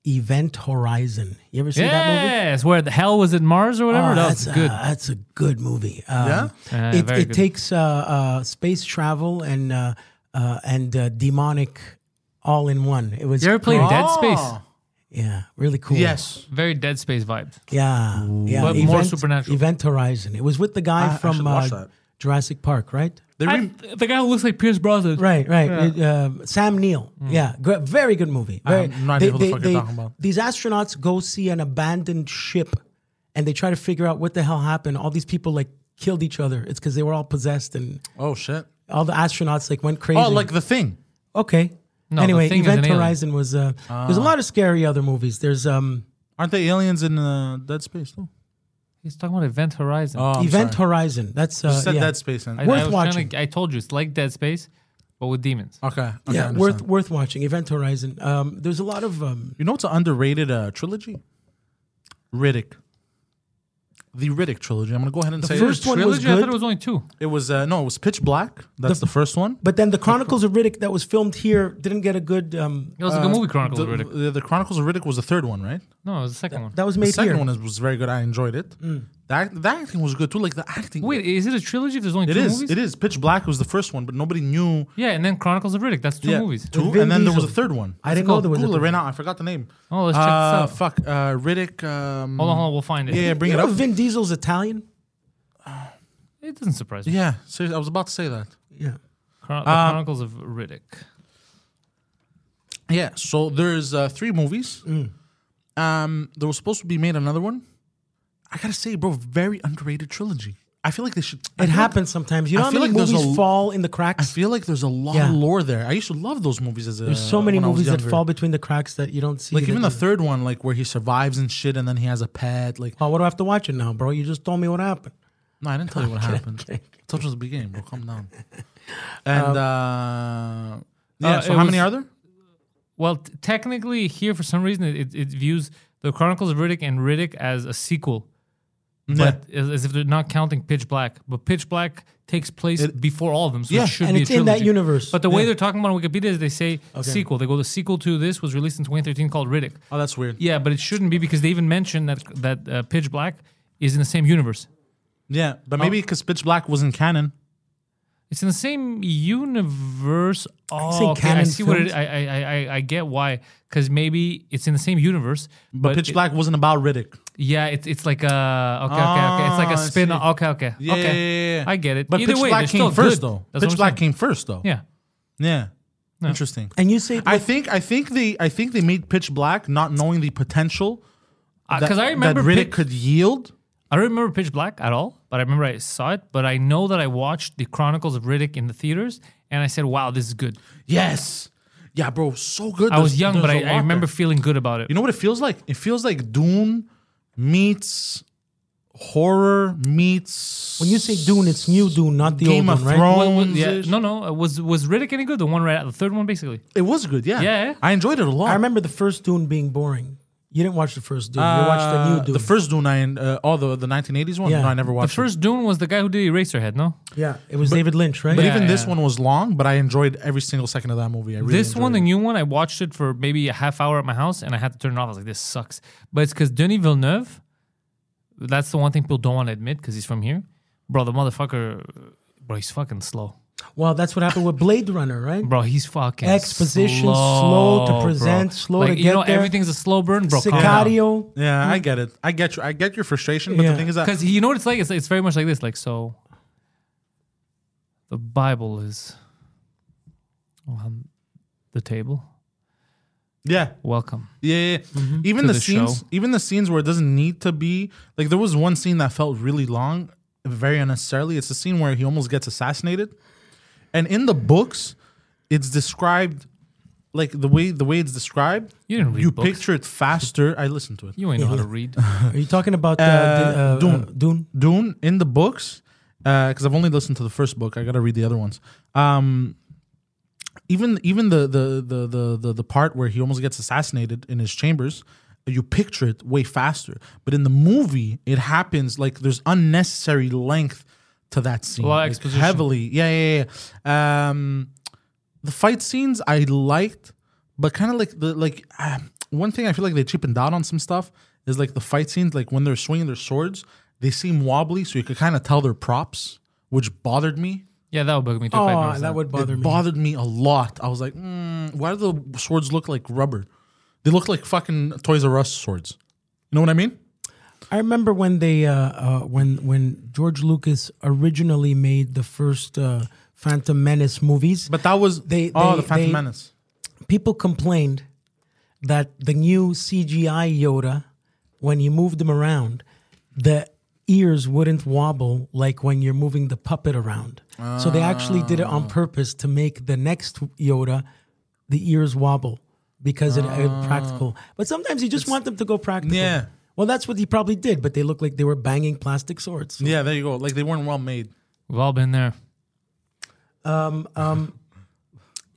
D: Event Horizon. You ever seen that movie?
B: Yes, where the hell was it? Mars or whatever?
D: Oh,
B: that was
D: that's
B: good.
D: A, that's a good movie. Um,
G: Yeah?
B: Yeah,
D: it
B: very
D: it
B: good.
D: takes uh, uh, space travel and uh, uh, and uh, demonic all in one. It was
B: you ever played
D: great.
B: Dead Space?
D: Yeah, really cool.
G: Yes.
B: Very Dead Space vibe.
D: yeah, yeah.
B: But more supernatural.
D: Event Horizon. It was with the guy
G: I
D: from
G: should watch
D: uh,
G: that.
D: Jurassic Park, right?
G: They
B: I,
G: re-
B: the guy who looks like Pierce Brosnan.
D: Right, right. It, um, Sam Neill. Yeah, gr- very good movie. Very,
G: Hmm. have no idea what the fuck you're talking about.
D: These astronauts go see an abandoned ship, and they try to figure out what the hell happened. All these people like killed each other. It's because they were all possessed, and
G: oh, shit.
D: all the astronauts like went crazy.
G: Oh, like the thing.
D: okay.
B: No, The
D: anyway,
B: Thing is an
D: Event
B: alien.
D: Horizon was. Uh,
G: Ah.
D: There's a lot of scary other movies. There's um,
G: Aren't they aliens in uh, Dead Space, though?
B: He's talking about Event Horizon.
G: Oh, I'm
D: Event
G: sorry.
D: Horizon. That's uh,
G: You said
D: yeah.
G: Dead Space. And-
B: I,
D: worth
B: I was
D: watching.
B: Trying to, I told you it's like Dead Space, but with demons.
G: okay. okay I
D: yeah,
G: understand.
D: worth worth watching. Event Horizon. Um, there's a lot of um,
G: You know it's an underrated uh, trilogy? Riddick. the Riddick trilogy. I'm gonna go ahead and
D: The
G: say
D: first one was
G: Trilogy? I thought
D: good.
G: it was
B: only two.
G: It was uh, no, it was Pitch Black. That's the, first one.
D: But then the Chronicles of Riddick that was filmed here didn't get a good. Um, uh,
G: the, The, the Chronicles of Riddick was the third one, right?
B: No, it was the second one.
D: that was made
G: The second
D: here.
G: one is, was very good. I enjoyed it.
D: Mm.
G: The, act, the acting was good too. Like the acting.
B: Wait, is it a trilogy? If there's only
G: It
B: two
G: is.
B: movies,
G: It is. Pitch Black was the first one, but nobody knew.
B: Yeah, and then Chronicles of Riddick. That's two
G: Yeah,
B: movies.
G: Two, and then there was a third one.
D: I didn't know there was a
G: Cool,
D: third
G: right now. I forgot the name.
B: Oh, let's check this
G: Uh,
B: out. Oh,
G: Fuck, uh, Riddick. Um,
B: Hold on, hold on, we'll find it.
G: Yeah, yeah, bring
D: You
G: it
D: know
G: up.
D: Vin Diesel's Italian.
B: It doesn't surprise me.
G: yeah, seriously, I was about to say that.
B: Chron- the
G: Um,
B: Chronicles of Riddick.
G: Yeah, so there's uh, three movies.
D: Mm.
G: Um, there was supposed to be made another one. I gotta say, bro, very underrated trilogy. I feel like they should. I
D: It
G: feel
D: happens sometimes. You know
G: I
D: how
G: feel
D: many
G: like there's
D: movies
G: a-
D: fall in the
G: Like, I
D: cracks?
G: feel like there's a lot
D: Yeah.
G: of lore there. I used to love those movies as a.
D: There's so many
G: when I was
D: movies that
G: younger.
D: fall between the cracks that you don't see.
G: Like
D: that
G: even the
D: you-
G: third one, like where he survives and shit, and then he has a pet. Like,
D: Oh, what do I have to watch it now, bro? You just told me what happened.
G: no, I didn't tell you what happened. Touch was the beginning, bro. Calm
B: Um,
G: down. And uh, yeah,
B: uh,
G: so
B: it
G: how many
B: was-
G: are there?
B: Well, t- technically, here for some reason, it, it, it views the Chronicles of Riddick and Riddick as a sequel, but as, as if they're not counting Pitch Black. But Pitch Black takes place before all of them, so
G: yeah,
B: it should
D: and
B: be
D: it's
B: a
D: in
B: trilogy.
D: that universe.
B: But the way
D: Yeah.
B: they're talking about it on Wikipedia is they say sequel. They go the sequel to this was released in 2013 called Riddick.
G: Oh, that's weird.
B: Yeah, but it shouldn't be because they even mentioned that that uh, Pitch Black is in the same universe.
G: Yeah,
B: Oh.
G: but maybe because Pitch Black wasn't canon.
B: It's in the same universe.
D: saying
B: Oh, okay. I
D: canon
B: see what it,
D: films?
B: I, I I- I I get why because maybe it's in the same universe,
G: But, Pitch
B: it-
G: Black wasn't about Riddick.
B: Yeah, it's it's like a okay, okay, okay. It's like
G: Ah,
B: a
G: I
B: spin.
G: see.
B: Okay, okay,
G: Yeah,
B: okay.
G: yeah, yeah, yeah.
B: I get it.
G: But
B: Either
G: Pitch
B: way,
G: Black
B: they're
G: came
B: still
G: first,
B: good.
G: though.
B: That's what
G: Pitch
B: I'm
G: Black
B: saying.
G: came first, though.
B: Yeah,
G: yeah, interesting.
D: And you say
G: I think I think they I think they made Pitch Black not knowing the potential that-
B: because Uh, I remember
G: that Riddick
B: Pitch,
G: could yield.
B: I don't remember Pitch Black at all, but I remember I saw it. But I know that I watched the Chronicles of Riddick in the theaters, and I said, "Wow, this is good."
G: Yes, yeah, bro, so good.
B: I was
G: There's-
B: young, but I,
G: there's a
B: I
G: lot
B: remember
G: there.
B: feeling good about it.
G: You know what it feels like? It feels like Dune meets horror meets
D: When you say Dune, it's new Dune, not the
G: Game
D: old
G: of
D: one, right?
G: Thrones.
B: Well, well, yeah,
G: is-
B: no, no. uh, Was was Riddick any good? The one right, the third one, basically.
G: It was good, yeah.
B: Yeah.
G: I enjoyed it a lot.
D: I remember the first Dune being boring. You didn't watch the first Dune. you watched the
G: Uh,
D: new Dune.
G: The first Dune, I uh, oh the the 1980s one.
D: Yeah.
G: No, I never
B: The
G: watched. it.
B: first Dune was the guy who did Eraserhead, no?
D: yeah, it was David Lynch, right?
G: But
B: Yeah,
G: even this
B: yeah.
G: one was long, but I enjoyed every single second of that movie. I really
B: this one, the
G: enjoyed
B: new one, I watched it for maybe a half hour at my house and I had to turn it off. I was like, this sucks. But it's because Denis Villeneuve, that's the one thing people don't want to admit because he's from here. Bro, the motherfucker, bro, he's fucking slow.
D: Well, that's what happened with Blade Runner, right?
B: Bro, he's fucking
D: Exposition,
B: slow,
D: slow to
B: bro.
D: present, slow
B: like,
D: to
B: You
D: get
B: know,
D: there.
B: everything's a slow burn, bro.
D: Sicario.
G: it. yeah,
B: Hmm.
G: I get it. I get you. I get your frustration, but
D: Yeah.
G: the thing is that
B: Because you know what it's like? It's, it's very much like this. Like, so the Bible is on the table.
G: yeah,
B: Welcome.
G: yeah, yeah.
B: Mm-hmm.
G: even
B: To
G: the,
B: the
G: scenes,
B: show.
G: even the scenes where it doesn't need to be. Like there was one scene that felt really long, very unnecessarily. It's the scene where he almost gets assassinated, and in the books, it's described like the way the way it's described.
B: You didn't read
G: You
B: books.
G: picture it faster. I listened to it.
B: You ain't know how to read.
D: Are you talking about uh, the,
G: Uh,
D: uh,
G: Dune.
D: uh, Dune?
G: Dune in the books, because I've only listened to the first book. I gotta read the other ones. Um, even even the the, the the the the part where he almost gets assassinated in his chambers, you picture it way faster. But in the movie, it happens like there's unnecessary length to that scene.
B: A lot of
G: Like,
B: exposition.
G: Heavily, yeah, yeah, yeah. Um, the fight scenes I liked, but kind of like the like ah, one thing I feel like they cheapened out on some stuff is like the fight scenes. Like when they're swinging their swords, they seem wobbly, so you could kind of tell they're props, which bothered me.
B: Yeah, that would bug me too. if I
D: Oh,
B: noticed
D: that would bother
G: it
D: me.
G: bothered me a lot. I was like, mm, why do the swords look like rubber? They look like fucking Toys R Us swords. You know what I mean?
D: I remember when they uh, uh, when when George Lucas originally made the first uh, Phantom Menace movies.
G: But that was
D: They-
G: oh
D: they-
G: the Phantom
D: they-
G: Menace.
D: people complained that the new CGI Yoda, when you moved him around, the ears wouldn't wobble like when you're moving the puppet around. So they actually did it on purpose to make the next Yoda the ears wobble because it it practical. But sometimes you just want them to go practical.
G: Yeah.
D: Well, that's what he probably did, but they looked like they were banging plastic swords.
G: Yeah, there you go. Like they weren't well made.
B: We've all been there.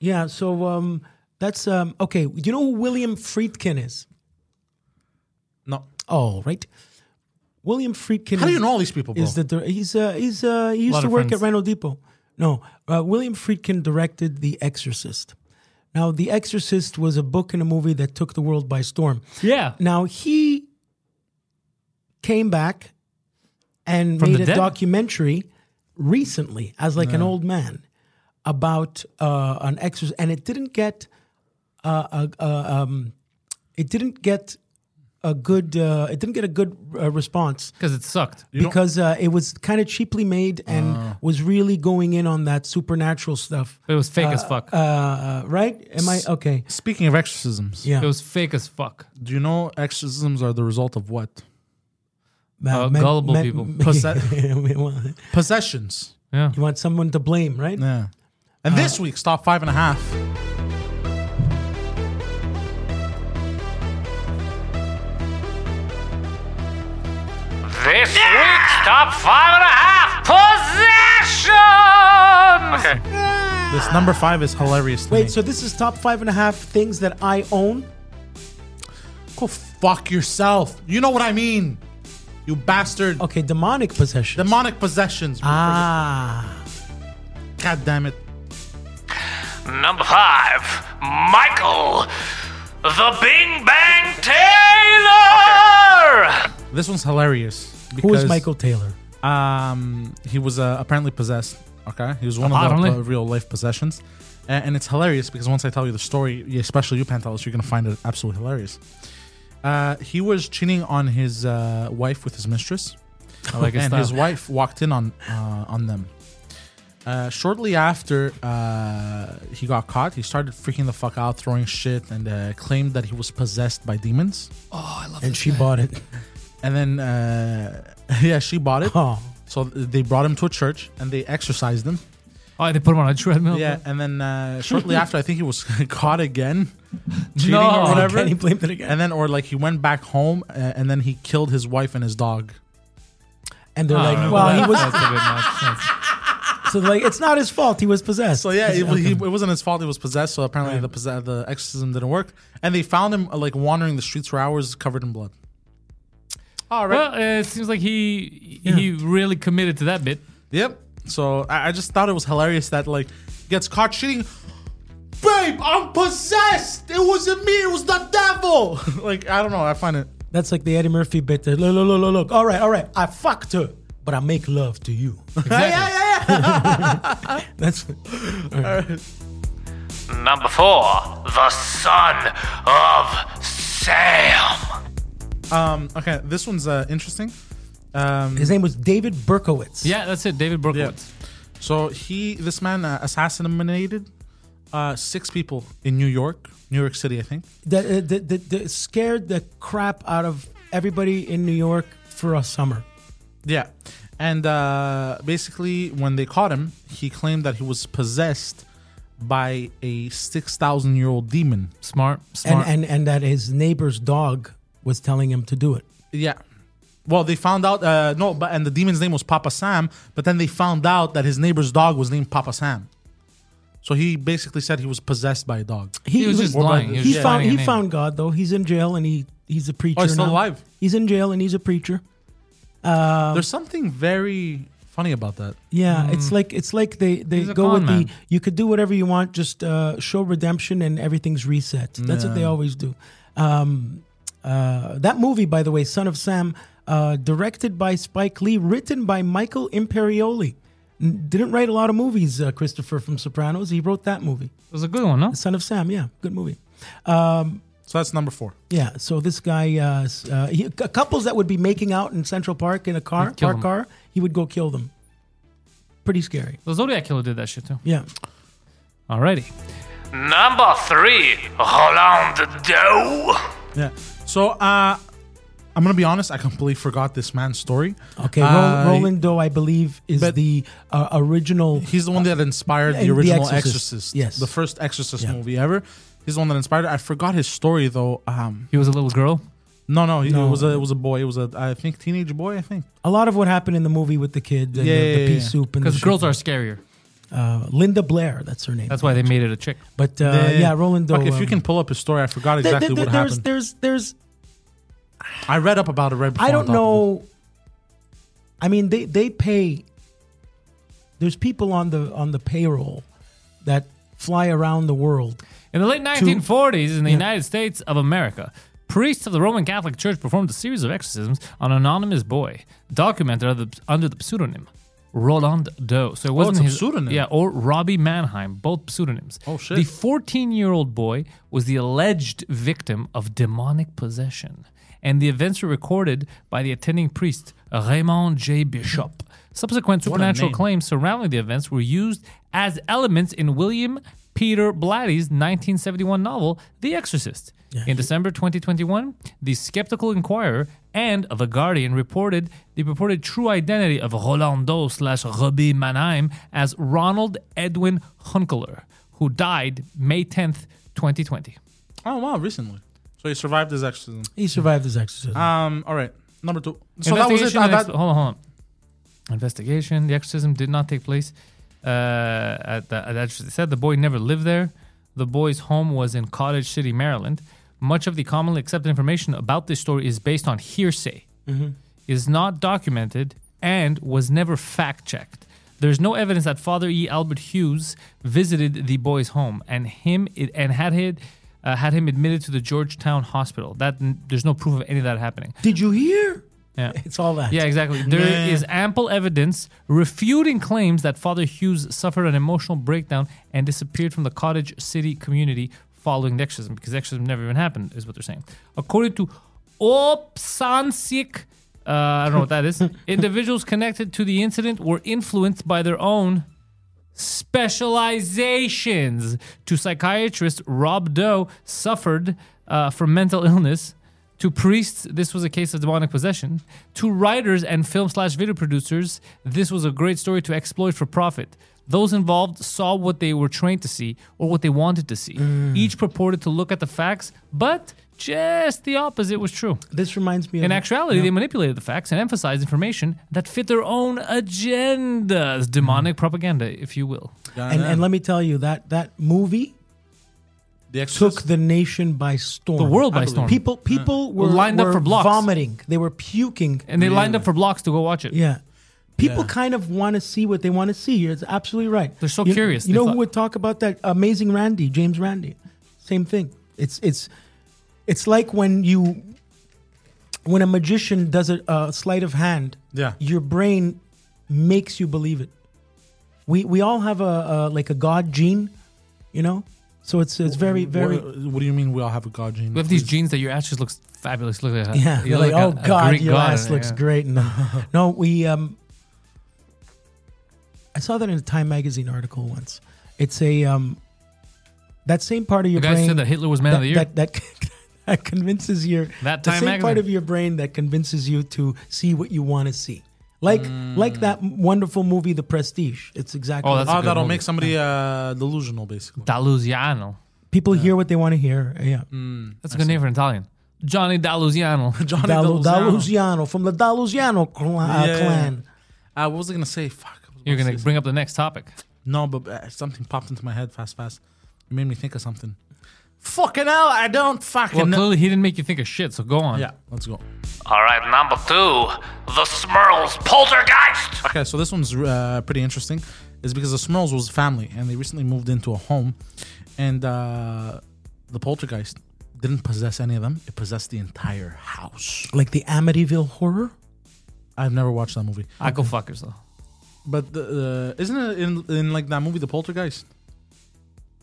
D: Yeah, so um, that's um, okay. You know who William Friedkin is?
G: No,
D: All Oh, right. William Friedkin.
G: How do you
D: is-
G: know all these people, bro?
D: Is the dir- he's uh, he's uh, he used
B: Lot
D: to
B: of
D: work
B: friends.
D: at Reno Depot. No, uh, William Friedkin directed The Exorcist. Now, The Exorcist was a book and a movie that took the world by storm.
B: Yeah.
D: Now he came back and
B: From
D: made
B: the
D: a
B: dead?
D: documentary recently as like an old man about uh, an exorcist, and it didn't get uh, a, a, um, it didn't get a good uh, it didn't get a good uh, response
B: Because it sucked.
D: because uh, it was kind of cheaply made and
B: Ah.
D: was really going in on that supernatural stuff.
B: It was fake as fuck.
D: Uh, right? Am I okay?
G: Speaking of exorcisms,
D: Yeah.
B: it was fake as fuck.
G: do you know exorcisms are the result of what?
D: Ma-
B: Uh,
D: men-
B: gullible
D: men-
B: people.
D: Possess-
G: Possessions.
B: Yeah.
D: You want someone to blame, right?
G: Yeah. And this week's top five and a half.
A: This week's top five and a half possessions. Okay.
G: This number five is hilarious. To me.
D: Wait, so this is top five and a half things that I own.
G: go fuck yourself. You know what I mean, you bastard.
D: Okay, demonic possession.
G: Demonic possessions. bro.
D: ah,
G: God damn it.
A: Number five, Michael, the Bing Bang Taylor.
G: This one's hilarious.
D: who
G: Because,
D: is Michael Taylor?
G: Um, he was uh, apparently possessed. Okay, he was one of
B: Apparently.
G: the uh, real life possessions, A- and it's hilarious because once I tell you the story, y- especially you, Pantelis, you're gonna find it absolutely hilarious. Uh, he was cheating on his uh, wife with his mistress,
B: I like his
G: and
B: style.
G: his wife walked in on uh, on them. Uh, shortly after uh, he got caught, he started freaking the fuck out, throwing shit, and uh, claimed that he was possessed by demons.
B: Oh,
D: And she bought it.
G: And then, uh, yeah, she bought it.
D: Oh,
G: So they brought him to a church and they exercised him.
B: Oh, they put him on a treadmill.
G: Yeah, and then uh, shortly after, I think he was caught again, cheating
B: No.
D: Oh,
G: or whatever.
D: And he blamed it again.
G: And then, or like he went back home uh, and then he killed his wife and his dog.
D: and they're
B: I
D: like,
B: don't know.
D: Uh, well, he was.
B: That's a bit much. That's-
D: So they're like, it's not his fault. He was possessed.
G: So Oh, yeah, it, was- he, it wasn't his fault. He was possessed. So apparently, the possess- the exorcism didn't work, and they found him uh, like wandering the streets for hours, covered in blood. All
B: Well, uh, it seems like he he really committed to that bit.
G: Yep. So I, I just thought it was hilarious that like gets caught cheating. Babe, I'm possessed. It wasn't me. It was the devil. like I don't know. I find it.
D: That's like the Eddie Murphy bit. That, look, look, look, look, look. All right, all right. I fucked her, but I make love to you.
G: Yeah, yeah, yeah.
D: That's
A: Number four, the son of Sam.
G: Um, okay, this one's uh, interesting. Um,
D: his name was David Berkowitz.
B: Yeah, that's it. David Berkowitz.
G: so he, this man, uh, assassinated uh, six people in New York, New York City, I think.
D: that, uh, that, that, that scared the crap out of everybody in New York for a summer.
G: Yeah, and uh, basically, when they caught him, he claimed that he was possessed by a six thousand year old demon.
B: Smart, smart.
D: and, and and that his neighbor's dog was telling him to do it.
G: Yeah. Well, they found out uh, no, but and the demon's name was Papa Sam. But then they found out that his neighbor's dog was named Papa Sam. So he basically said he was possessed by a dog.
B: He was just
D: Or by
B: lying.
D: the-
B: He was
D: He,
B: just Oh,
D: found
B: finding a
D: he
B: name.
D: found God though. He's in jail and he he's a preacher.
G: still
D: now.
G: alive.
D: He's in jail and he's a preacher. Um,
G: There's something very funny about that.
D: Yeah, it's like it's like they they
B: Hmm. He's a
D: go
B: con
D: with
B: man.
D: the you could do whatever you want, just uh, show redemption and everything's reset. That's what they always do. Um, uh, that movie, by the way, Son of Sam, uh, directed by Spike Lee, written by Michael Imperioli. N- Didn't write a lot of movies, uh, Christopher from Sopranos. He wrote that movie.
B: it was a good one, no?
D: Son of Sam, yeah, good movie.
G: So that's number four.
D: Yeah, so this guy, uh, s- uh, he, c- couples that would be making out in Central Park in a car,
B: He'd kill
D: park
B: them.
D: car, he would go kill them. Pretty scary.
B: The Zodiac Killer did that shit too.
D: Yeah.
B: Alrighty.
A: Number three, Roland Doe.
G: Yeah. So uh, I'm gonna be honest. I completely forgot this man's story.
D: Okay, Ro-
G: Uh,
D: Roland Doe, I believe, is
G: but-
D: the uh, original.
G: He's the one that inspired
D: And
G: the
D: The
G: original
D: Exorcist.
G: Exorcist.
D: Yes.
G: The first Exorcist
D: Yeah.
G: movie ever. He's the one that inspired it. I forgot his story though. Um,
B: He was a little girl.
G: no, no, he,
D: No. Uh,
G: it was a it was a boy. It was a I think teenage boy. I think.
D: A lot of what happened in the movie with the kid, and
G: Yeah,
D: the, the
G: yeah,
D: pea
G: yeah.
D: soup, and the
B: Because girls
D: shit.
B: are scarier.
D: Uh, Linda Blair, that's her name.
B: That's why they made it a chick.
D: But uh,
G: The-
D: yeah, Roland Doe.
G: Fuck, if you
D: um,
G: can pull up his story, I forgot
D: th- th-
G: exactly
D: th-
G: what
D: there's,
G: happened.
D: There's, there's,
G: I read up about it right before.
D: I don't
G: thought of
D: know I mean, they they pay. There's people on the on the payroll that fly around the world.
B: In the late 1940s, in the United States of America, priests of the Roman Catholic Church performed a series of exorcisms on an anonymous boy, documented under the, under the pseudonym Roland Doe. So it wasn't
G: Oh, it's a
B: his
G: pseudonym.
B: Yeah, or Robbie Mannheim, both pseudonyms.
G: Oh, shit.
B: The 14-year-old boy was the alleged victim of demonic possession, and the events were recorded by the attending priest Raymond J. Bishop. Subsequent supernatural
G: name.
B: claims surrounding the events were used as elements in William Peter Blatty's 1971 novel, The Exorcist. In December 2021, The Skeptical Inquirer and The Guardian reported the purported true identity of Rolando slash Robbie Mannheim as Ronald Edwin Hunkeler, who died May 10th, 2020.
G: Oh wow, recently. So he survived his exorcism.
D: He survived his exorcism.
B: Ah.
G: Um, all right, number two. So that was it.
B: Investigation
G: I-
B: and
G: that-
B: ex- hold on, hold on. Investigation. The exorcism did not take place. Uh, at the, at the- as I said the boy never lived there. The boy's home was in Cottage City, Maryland. Much of the commonly accepted information about this story is based on hearsay,
G: Mm-hmm.
B: is not documented, and was never fact checked. There's no evidence that Father E. Albert Hughes visited the boy's home and him it, and had it, uh, had him admitted to the Georgetown Hospital. That there's no proof of any of that happening.
D: Did you hear?
B: Yeah.
D: It's all that.
B: Yeah, exactly. There is
G: Man.
B: ample evidence refuting claims that Father Hughes suffered an emotional breakdown and disappeared from the cottage city community following the exorcism, because the exorcism never even happened, is what they're saying. According to Opsansik, uh, I don't know what that is, individuals connected to the incident were influenced by their own specializations to psychiatrist Rob Doe suffered uh, from mental illness. To priests, this was a case of demonic possession. To writers and film slash video producers, this was a great story to exploit for profit. Those involved saw what they were trained to see or what they wanted to see. Each purported to look at the facts, but just the opposite was true.
D: This reminds me.
B: In
D: of
B: actuality, they manipulated the facts and emphasized information that fit their own agendas, demonic propaganda, if you will.
D: and,
B: Uh.
D: and let me tell you that that movie
G: the
D: took
G: exorcist.
D: the nation by storm.
B: The world by
G: believe.
B: storm.
D: People people were
B: Lined up
D: were
B: for blocks.
D: vomiting. They were puking.
B: and they lined up for blocks to go watch it.
D: Yeah. People
G: Yeah.
D: kind of want to see what they want to see. You're absolutely right.
B: They're so
D: You-
B: curious. They
D: You know
B: thought-
D: who would talk about that? Amazing Randy, James Randy. Same thing. It's it's it's like when you when a magician does a, a sleight of hand.
G: Yeah.
D: Your brain makes you believe it. We we all have a, a like a god gene, you know. So it's it's very very.
G: What, what do you mean we all have a god gene?
B: We have these genes that your ass just looks fabulous. Look at that.
D: Yeah,
B: You
D: you're like,
B: look
D: oh
B: at a
D: god,
B: Greek
D: your
B: god,
D: ass looks
B: yeah.
D: great. And no, we. Um, I saw that in a Time magazine article once. It's a um, that same part of
B: The
D: your
B: guy
D: brain
B: said that Hitler was man of the year.
D: that that, that convinces your
B: That
D: the
B: Time
D: same part
B: magazine.
D: of your brain that convinces you to see what you want to see, like like that wonderful movie, The Prestige. It's exactly
B: Mm. Oh,
D: that.
B: that's a
G: Oh,
B: good
G: that'll
B: movie.
G: make somebody uh, delusional, basically.
B: Daluziano.
D: people hear what they want to hear. uh, Yeah,
B: That's a good name for an Italian. Johnny Daluziano.
G: Johnny
D: Dalu-
G: Daluziano.
D: Daluziano from the Daluziano cl- uh,
G: Yeah.
D: clan.
G: Uh, what was I gonna say? Fuck. I was
B: You're
G: about
B: gonna
G: say
B: bring up the next topic.
G: No, but uh, something popped into my head fast, fast. It made me think of something. Fucking hell, I don't fucking
B: Well,
G: know.
B: clearly he didn't make you think of shit. So go on.
G: Yeah, let's go.
A: All right, number two, the Smurls Poltergeist.
G: Okay, so this one's uh, pretty interesting. It's because the Smurls was family and they recently moved into a home, and uh, the poltergeist didn't possess any of them. It possessed the entire house.
D: Like the Amityville horror.
G: I've never watched that movie,
B: I Ah, go fuck yourself.
G: but the, uh, isn't it in, in like that movie, The Poltergeist?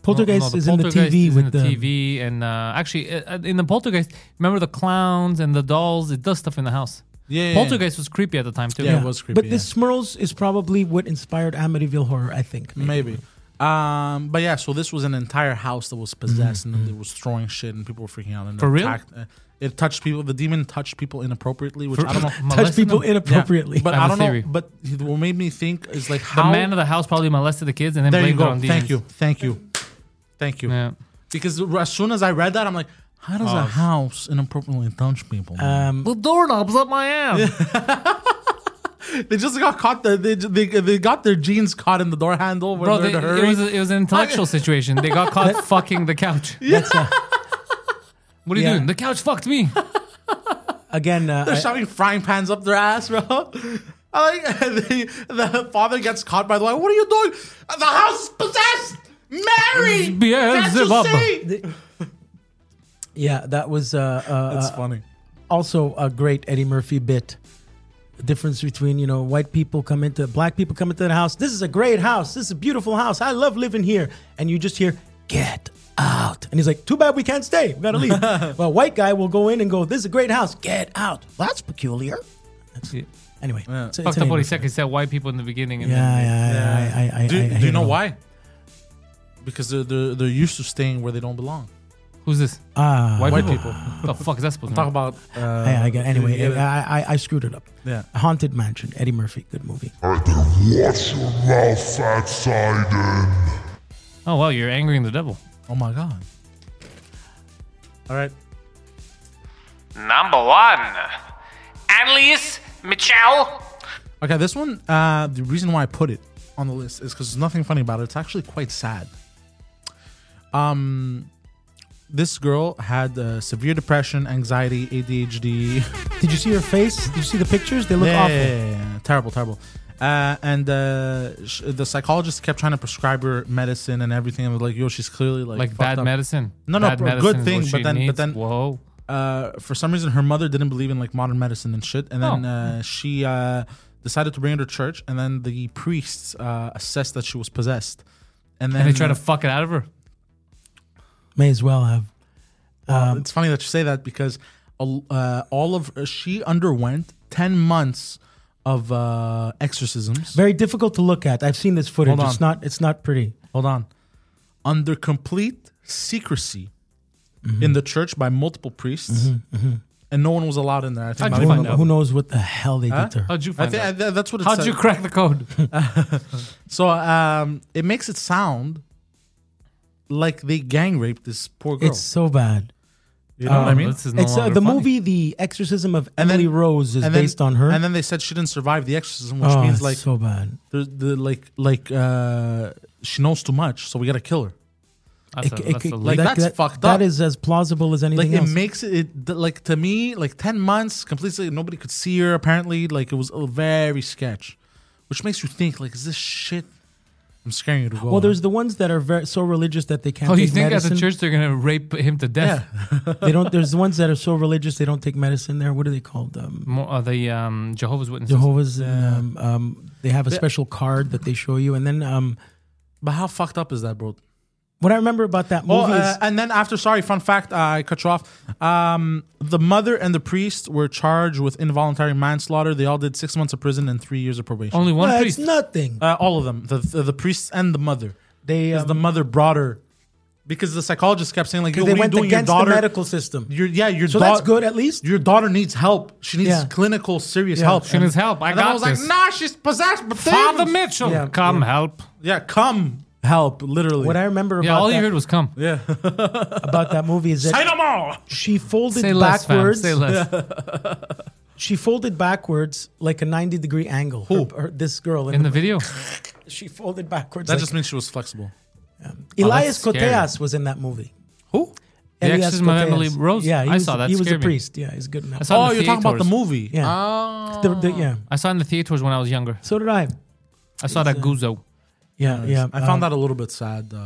D: Poltergeist
B: No, no,
D: is in the
B: Poltergeist
D: TV
B: is
D: with
B: in
D: the,
B: the, TV and uh, actually uh, uh, in the poltergeist. Remember the clowns and the dolls? It does stuff in the house.
G: Yeah, yeah,
B: Poltergeist was creepy at the time too.
G: Yeah. It was creepy,
D: But this Smurls is probably what inspired Amityville horror, I think.
G: Maybe. Um, but yeah, so this was an entire house that was possessed, and they was throwing shit, and people were freaking out. And
B: Mm-hmm, For real?
G: attacked- uh, it touched people. The demon touched people inappropriately, which I don't know.
D: Touch
B: Molesting
D: people
B: them?
G: Yeah,
D: inappropriately.
G: but
B: I
G: I,
B: have a
G: don't know.
B: theory.
G: But what made me think is like
B: The
G: how
B: man of the house probably molested the kids and then
G: there you
B: blamed it
G: go.
B: on
G: Thank
B: demons.
G: you, thank you, thank you.
B: Yeah.
G: Because as soon as I read that, I'm like, how does a house inappropriately touch people?
D: Um,
B: The doorknob's up my ass.
G: they just got caught. The, they, ju- they they got their jeans caught in the door handle. When
B: Bro,
G: they're
B: they,
G: in a hurry.
B: it, was a, it was an intellectual situation. They got caught fucking the couch.
D: That's uh,
B: What are you
D: Yeah.
B: doing? The couch fucked me.
D: again, uh,
G: They're
D: I-
G: shoving frying pans up their ass, bro. I like the, the father gets caught by the wife. What are you doing? The house is possessed. Mary, can't you
B: Beelzebub.
G: see?
D: Yeah, that was. Uh, uh,
G: That's
D: uh,
G: funny.
D: Also, a great Eddie Murphy bit. Difference between you know white people come into black people come into the house. This is a great house. This is a beautiful house. I love living here. And you just hear get out. And he's like, too bad we can't stay. We gotta leave. well, white guy will go in and go. This is a great house. Get out. Well, that's peculiar. That's,
B: Yeah.
D: Anyway, it's- it's
B: Fucked
D: an
B: up what he
D: English-
B: said. 'cause He said white people in the beginning. And
D: Yeah,
B: then,
D: yeah, yeah. I- I, I,
G: Do,
D: I- I
G: do
D: hate
G: you know
D: it.
G: why? Because they're, they're they're used to staying where they don't belong.
B: Who's this?
D: Ah,
B: White,
G: White
B: people.
G: people.
B: the fuck is that supposed to
G: Talk
B: mean?
G: about. Uh,
D: I, I, get- anyway,
G: yeah,
D: I, I, I screwed it up.
G: yeah.
D: Haunted Mansion, Eddie Murphy, good movie.
E: Alright then, watch your mouth, fat Sidon.
B: Oh well, you're angering the devil.
G: Oh my god. All right.
A: Number one, Annelies Michel.
G: Okay, this one. Uh, the reason why I put it on the list is because there's nothing funny about it. It's actually quite sad. Um, this girl had uh, severe depression, anxiety, ADHD.
D: Did you see her face? Did you see the pictures? They look
G: Yeah,
D: awful.
G: yeah, yeah, yeah. Terrible, terrible. Uh, and uh, sh- the psychologist kept trying to prescribe her medicine and everything. I was like, yo, she's clearly like
B: Like
G: fucked
B: bad
G: up.
B: medicine.
G: No, no,
B: Bad
G: bro, good
B: medicine is
G: thing,
B: what
G: but
B: she
G: then- but
B: needs.
G: then-
B: whoa.
G: Uh, for some reason, her mother didn't believe in like modern medicine and shit. And then
B: Oh.
G: uh, she uh, decided to bring her to church. And then the priests uh, assessed that she was possessed. And then
B: And they try to fuck it out of her.
D: May as well have.
G: Uh, it's funny that you say that because al- uh, all of she underwent ten months of uh, exorcisms.
D: Very difficult to look at. I've seen this footage.
G: Hold on.
D: It's not. It's not pretty.
G: Hold on, under complete secrecy
B: Mm-hmm.
G: in the church by multiple priests, and no one was allowed in there. I think
B: How'd you
D: Who,
G: my-
B: find
D: kno-
B: out? Oh,
D: who knows what the hell they did to her?
B: How'd you
G: I
B: find
G: think I,
B: out?
G: th- that's what it
B: How'd
G: said.
B: you crack the code?
G: So um, it makes it sound like they gang raped this poor girl.
D: It's so bad.
G: you know what I mean?
B: Oh, This is no
D: it's uh,
B: longer
D: the
B: funny.
D: movie, The Exorcism of
G: And then-
D: Emily Rose, is
G: and then-
D: based on her.
G: And then they said she didn't survive the exorcism, which
D: oh,
G: means
D: it's
G: like
D: so bad.
G: There's the like like uh she knows too much, so we gotta kill her.
B: That's a-
D: It- it-
B: that's a
D: it-
B: leak.
G: Like, that's fucked up.
D: That is as plausible as
G: Like
D: anything
G: it
D: else.
G: makes it, it th- like to me like ten months completely nobody could see her apparently like it was a very sketch, which makes you think like is this shit? I'm scaring you to go.
D: well, there's the ones that are very, so religious that they can't.
B: Oh, you
D: take
B: think
D: medicine.
B: at the church they're gonna rape him to
G: yeah.
B: death?
D: they don't. There's the ones that are so religious they don't take medicine. There, what are they called? Um,
B: Mo- uh, the um, Jehovah's Witnesses.
D: Jehovah's. Um, um, they have a
G: They-
D: special card that they show you, and then um,
G: But how fucked up is that, bro?
D: what I remember about that
G: Oh,
D: movie
G: uh, and then after, sorry, fun fact, uh, I cut you off. Um, the mother and the priest were charged with involuntary manslaughter. They all did six months of prison and three years of probation.
B: Only one
D: is
B: priest.
D: that's nothing.
G: Uh, all of them, the, the the priests and the mother.
D: They
G: Because
D: um,
G: the mother brought her, because the psychologist kept saying like, Yo,
D: they
G: what are you
D: went
G: doing? Your
D: against the
G: daughter,
D: medical system.
G: your yeah, your
D: So
G: daugh-
D: that's good, at least?
G: Your daughter needs help. She needs
D: Yeah.
G: clinical, serious
D: Yeah.
G: help.
B: She needs help. I
G: and then
B: got
G: I was
B: this.
G: like, Nah, she's possessed. But
B: Father
G: things."
B: Mitchell,
D: Yeah,
B: come help.
G: Yeah, come help, literally.
D: What I remember
B: Yeah,
D: about,
B: all you
D: that,
B: heard was come.
G: yeah,
D: about that movie is
G: I
D: that
G: know more.
D: she folded
B: Say less, fam.
D: backwards.
B: Say less.
D: She folded backwards like a 90 degree angle. Her- her- this girl.
B: In the video,
D: she folded backwards.
G: That
D: like-
G: just means she was flexible.
D: Elias
B: Oh, that's scary.
D: Koteas was in that movie.
G: Who?
B: The
D: Elias
B: Exorcism of
D: Koteas.
B: Emily Rose?
D: Yeah, he
B: I
D: was,
B: saw that.
D: He was a
B: Scared me.
D: priest. Yeah, he's good now.
B: I saw Ah. it
G: Oh,
B: in
G: you're talking about the
B: theaters.
G: movie.
D: Yeah.
G: Oh.
D: The- the- yeah.
B: I saw it in the theaters when I was younger.
D: So did I.
B: I saw that Guzo.
D: Yeah, yeah.
G: I found
D: um,
G: that a little bit sad. Uh,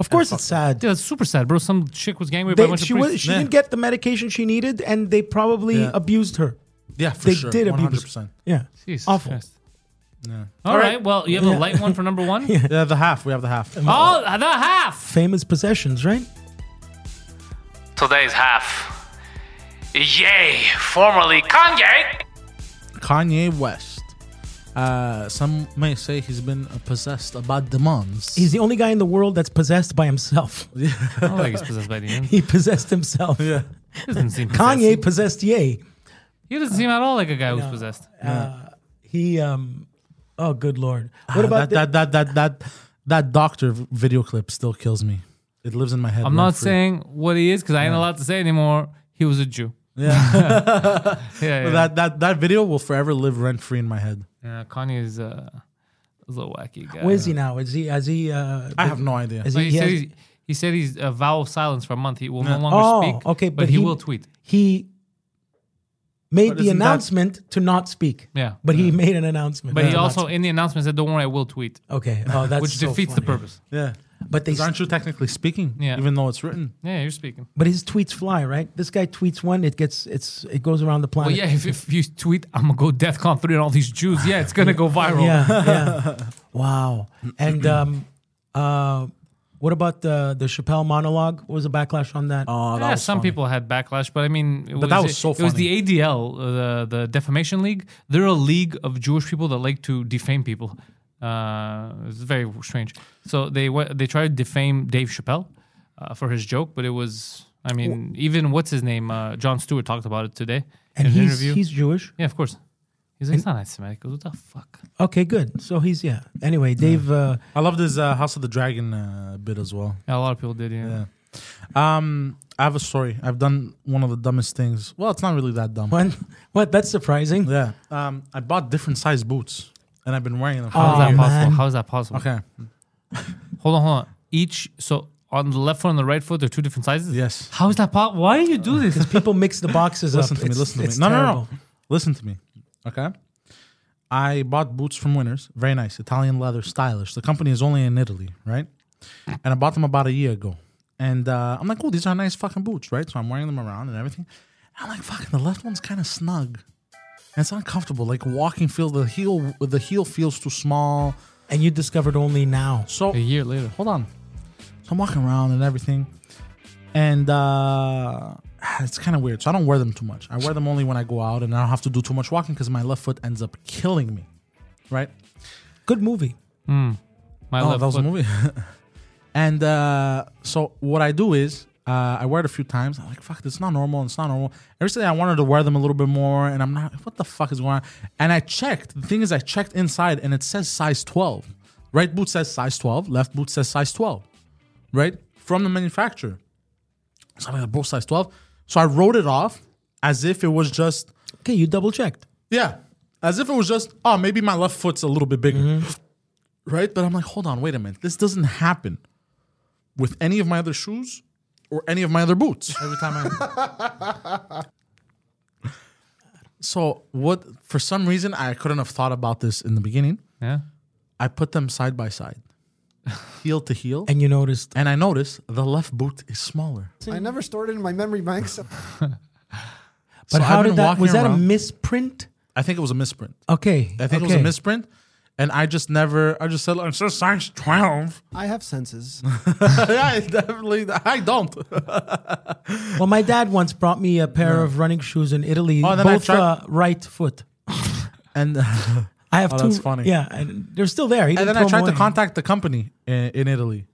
D: Of course, it's sad.
B: Dude, that's super sad, bro. Some chick was gang raped by a
D: They,
B: bunch of
D: she was,
B: priests.
D: she
G: Yeah.
D: didn't get the medication she needed, and they probably
G: Yeah.
D: abused her.
G: yeah, for
D: They
G: sure.
D: did
G: One hundred
D: abuse.
G: percent.
D: Yeah,
B: Jesus
D: awful.
B: Christ.
G: Yeah.
B: All right. Well, you have a light one for number one.
G: Yeah, the half. We have the half.
B: Oh, the half.
D: Famous possessions, right?
A: Today's half. Yay, formerly Kanye.
G: Kanye West. Uh, some may say he's been uh, possessed about demons.
D: He's the only guy in the world that's possessed by himself.
B: I don't think he's possessed by demons.
D: He possessed himself.
B: He doesn't seem possessed.
D: Kanye possessed Ye.
B: He doesn't seem at all like a guy who's possessed.
D: He um oh good lord. What
G: Uh,
D: about
G: that, that, that, that, that, that doctor v- video clip still kills me. It lives in my head.
B: I'm not
G: rent-free.
B: saying what he is because I ain't allowed to say anymore. He was a Jew. Yeah. yeah,
G: But that, that, that video will forever live rent free in my head.
B: Yeah, Kanye is uh, a little wacky guy.
D: the, where is he now? Is he has he uh
G: I have no idea.
D: has
B: But he,
D: he, he
B: said
D: has-
B: he's, he said he's a vow of silence for a month. He will no longer
D: Oh,
B: speak.
D: okay,
B: but,
D: but
B: he,
D: he-
B: will tweet.
D: he made
G: But
D: the
G: isn't that-
D: announcement to not speak.
B: Yeah.
D: But he made an announcement.
B: But he
D: Not
B: also
D: speak.
B: in the announcement said, "Don't worry, I will tweet."
D: Okay. Oh, that's
B: which
D: so
B: defeats the
D: funny.
B: purpose.
G: Yeah.
D: But they
G: 'Cause aren't you technically speaking?
B: Yeah.
G: Even though it's written.
B: Yeah, you're speaking.
D: But his tweets fly, right? This guy tweets one, it gets it's it goes around the
B: Well,
D: planet.
B: yeah, if, if you tweet, I'm gonna go DEFCON three and all these Jews. Yeah, it's gonna go viral.
D: yeah, yeah. Wow. And um, uh, what about the the Chappelle monologue? What was the backlash on that?
G: Oh,
B: Yeah, some people had backlash, but I mean, it
G: But that was so
B: It was the ADL, uh, the the Defamation League. They're a league of Jewish people that like to defame people. Uh, it's very strange. So they wa- they tried to defame Dave Chappelle uh, for his joke, but it was. I mean, even what's his name? Uh, John Stewart talked about it today
D: and
B: in an
D: he's
B: interview.
D: he's Jewish.
B: yeah, of course. He's like, it's not anti-Semitic. What the fuck?
D: Okay, good. So he's yeah. Anyway, Dave. Uh,
G: I loved his uh, House of the Dragon uh, bit as well.
B: Yeah, a lot of people did. Yeah.
G: Yeah. Um, I have a story. I've done one of the dumbest things. Well, it's not really that dumb.
D: what? What? That's surprising.
G: Yeah. Um, I bought different size boots, and I've been wearing them.
B: How is that
D: Oh, man.
B: possible? How is that possible?
G: okay.
B: Hold on, hold on. Each so on the left foot and the right foot, they're two different sizes.
G: Yes.
B: How is that possible? Why do you do this?
D: People mix the boxes up.
G: Listen to me.
D: It's-
G: Listen to me.
D: it's
G: No, no, no.
D: terrible.
G: Listen to me. Okay. I bought boots from Winners. Very nice, Italian leather, stylish. The company is only in Italy, right? And I bought them about a year ago. And uh, I'm like, oh, these are nice fucking boots, right? So I'm wearing them around and everything. I'm like, fucking, the left one's kind of snug. And it's uncomfortable. Like walking, feel the heel. The heel feels too small.
D: And you discovered only now.
G: So
B: A year later.
G: hold on. So I'm walking around and everything, and uh, it's kind of weird. So I don't wear them too much. I wear them only when I go out, and I don't have to do too much walking because my left foot ends up killing me. Right?
D: Good movie.
B: My
G: oh,
B: left
G: that was
B: foot.
G: a movie. and uh, so what I do is uh, I wear it a few times. I'm like, fuck, this is not normal. It's not normal. Every day I wanted to wear them a little bit more, and I'm not. What the fuck is going on? And I checked. The thing is, I checked inside, and it says size 12. Right boot says size 12. Left boot says size 12. Right from the manufacturer. So I'm like, both size 12. So I wrote it off as if it was just
D: Okay, you double checked.
G: yeah. As if it was just, oh, maybe my left foot's a little bit bigger.
D: Mm-hmm.
G: Right? But I'm like, hold on, wait a minute. This doesn't happen with any of my other shoes or any of my other boots.
D: Every time I
G: so, what, for some reason, I couldn't have thought about this in the beginning.
B: Yeah.
G: I put them side by side, heel to heel. And,
D: and you noticed.
G: I noticed the left boot is smaller.
C: I never stored it in my memory banks. It
D: But
G: So I've
D: how
G: been
D: did that?
G: walking
D: Was that a
G: around-
D: misprint?
G: I think it was a misprint.
D: Okay.
G: I think it was
D: okay.
G: a misprint. And I just never, I just said, I'm so size 12.
C: I have senses.
G: yeah, I definitely, I don't.
D: Well, my dad once brought me a pair of running shoes in Italy,
G: Oh, then I
D: both
G: tried-
D: uh, right foot. uh,
G: And.
D: I have
G: Oh,
D: two.
G: that's funny.
D: Yeah, and they're still there. He
G: and
D: didn't
G: then I
D: throw 'em
G: tried to
D: away.
G: contact the company in, in Italy.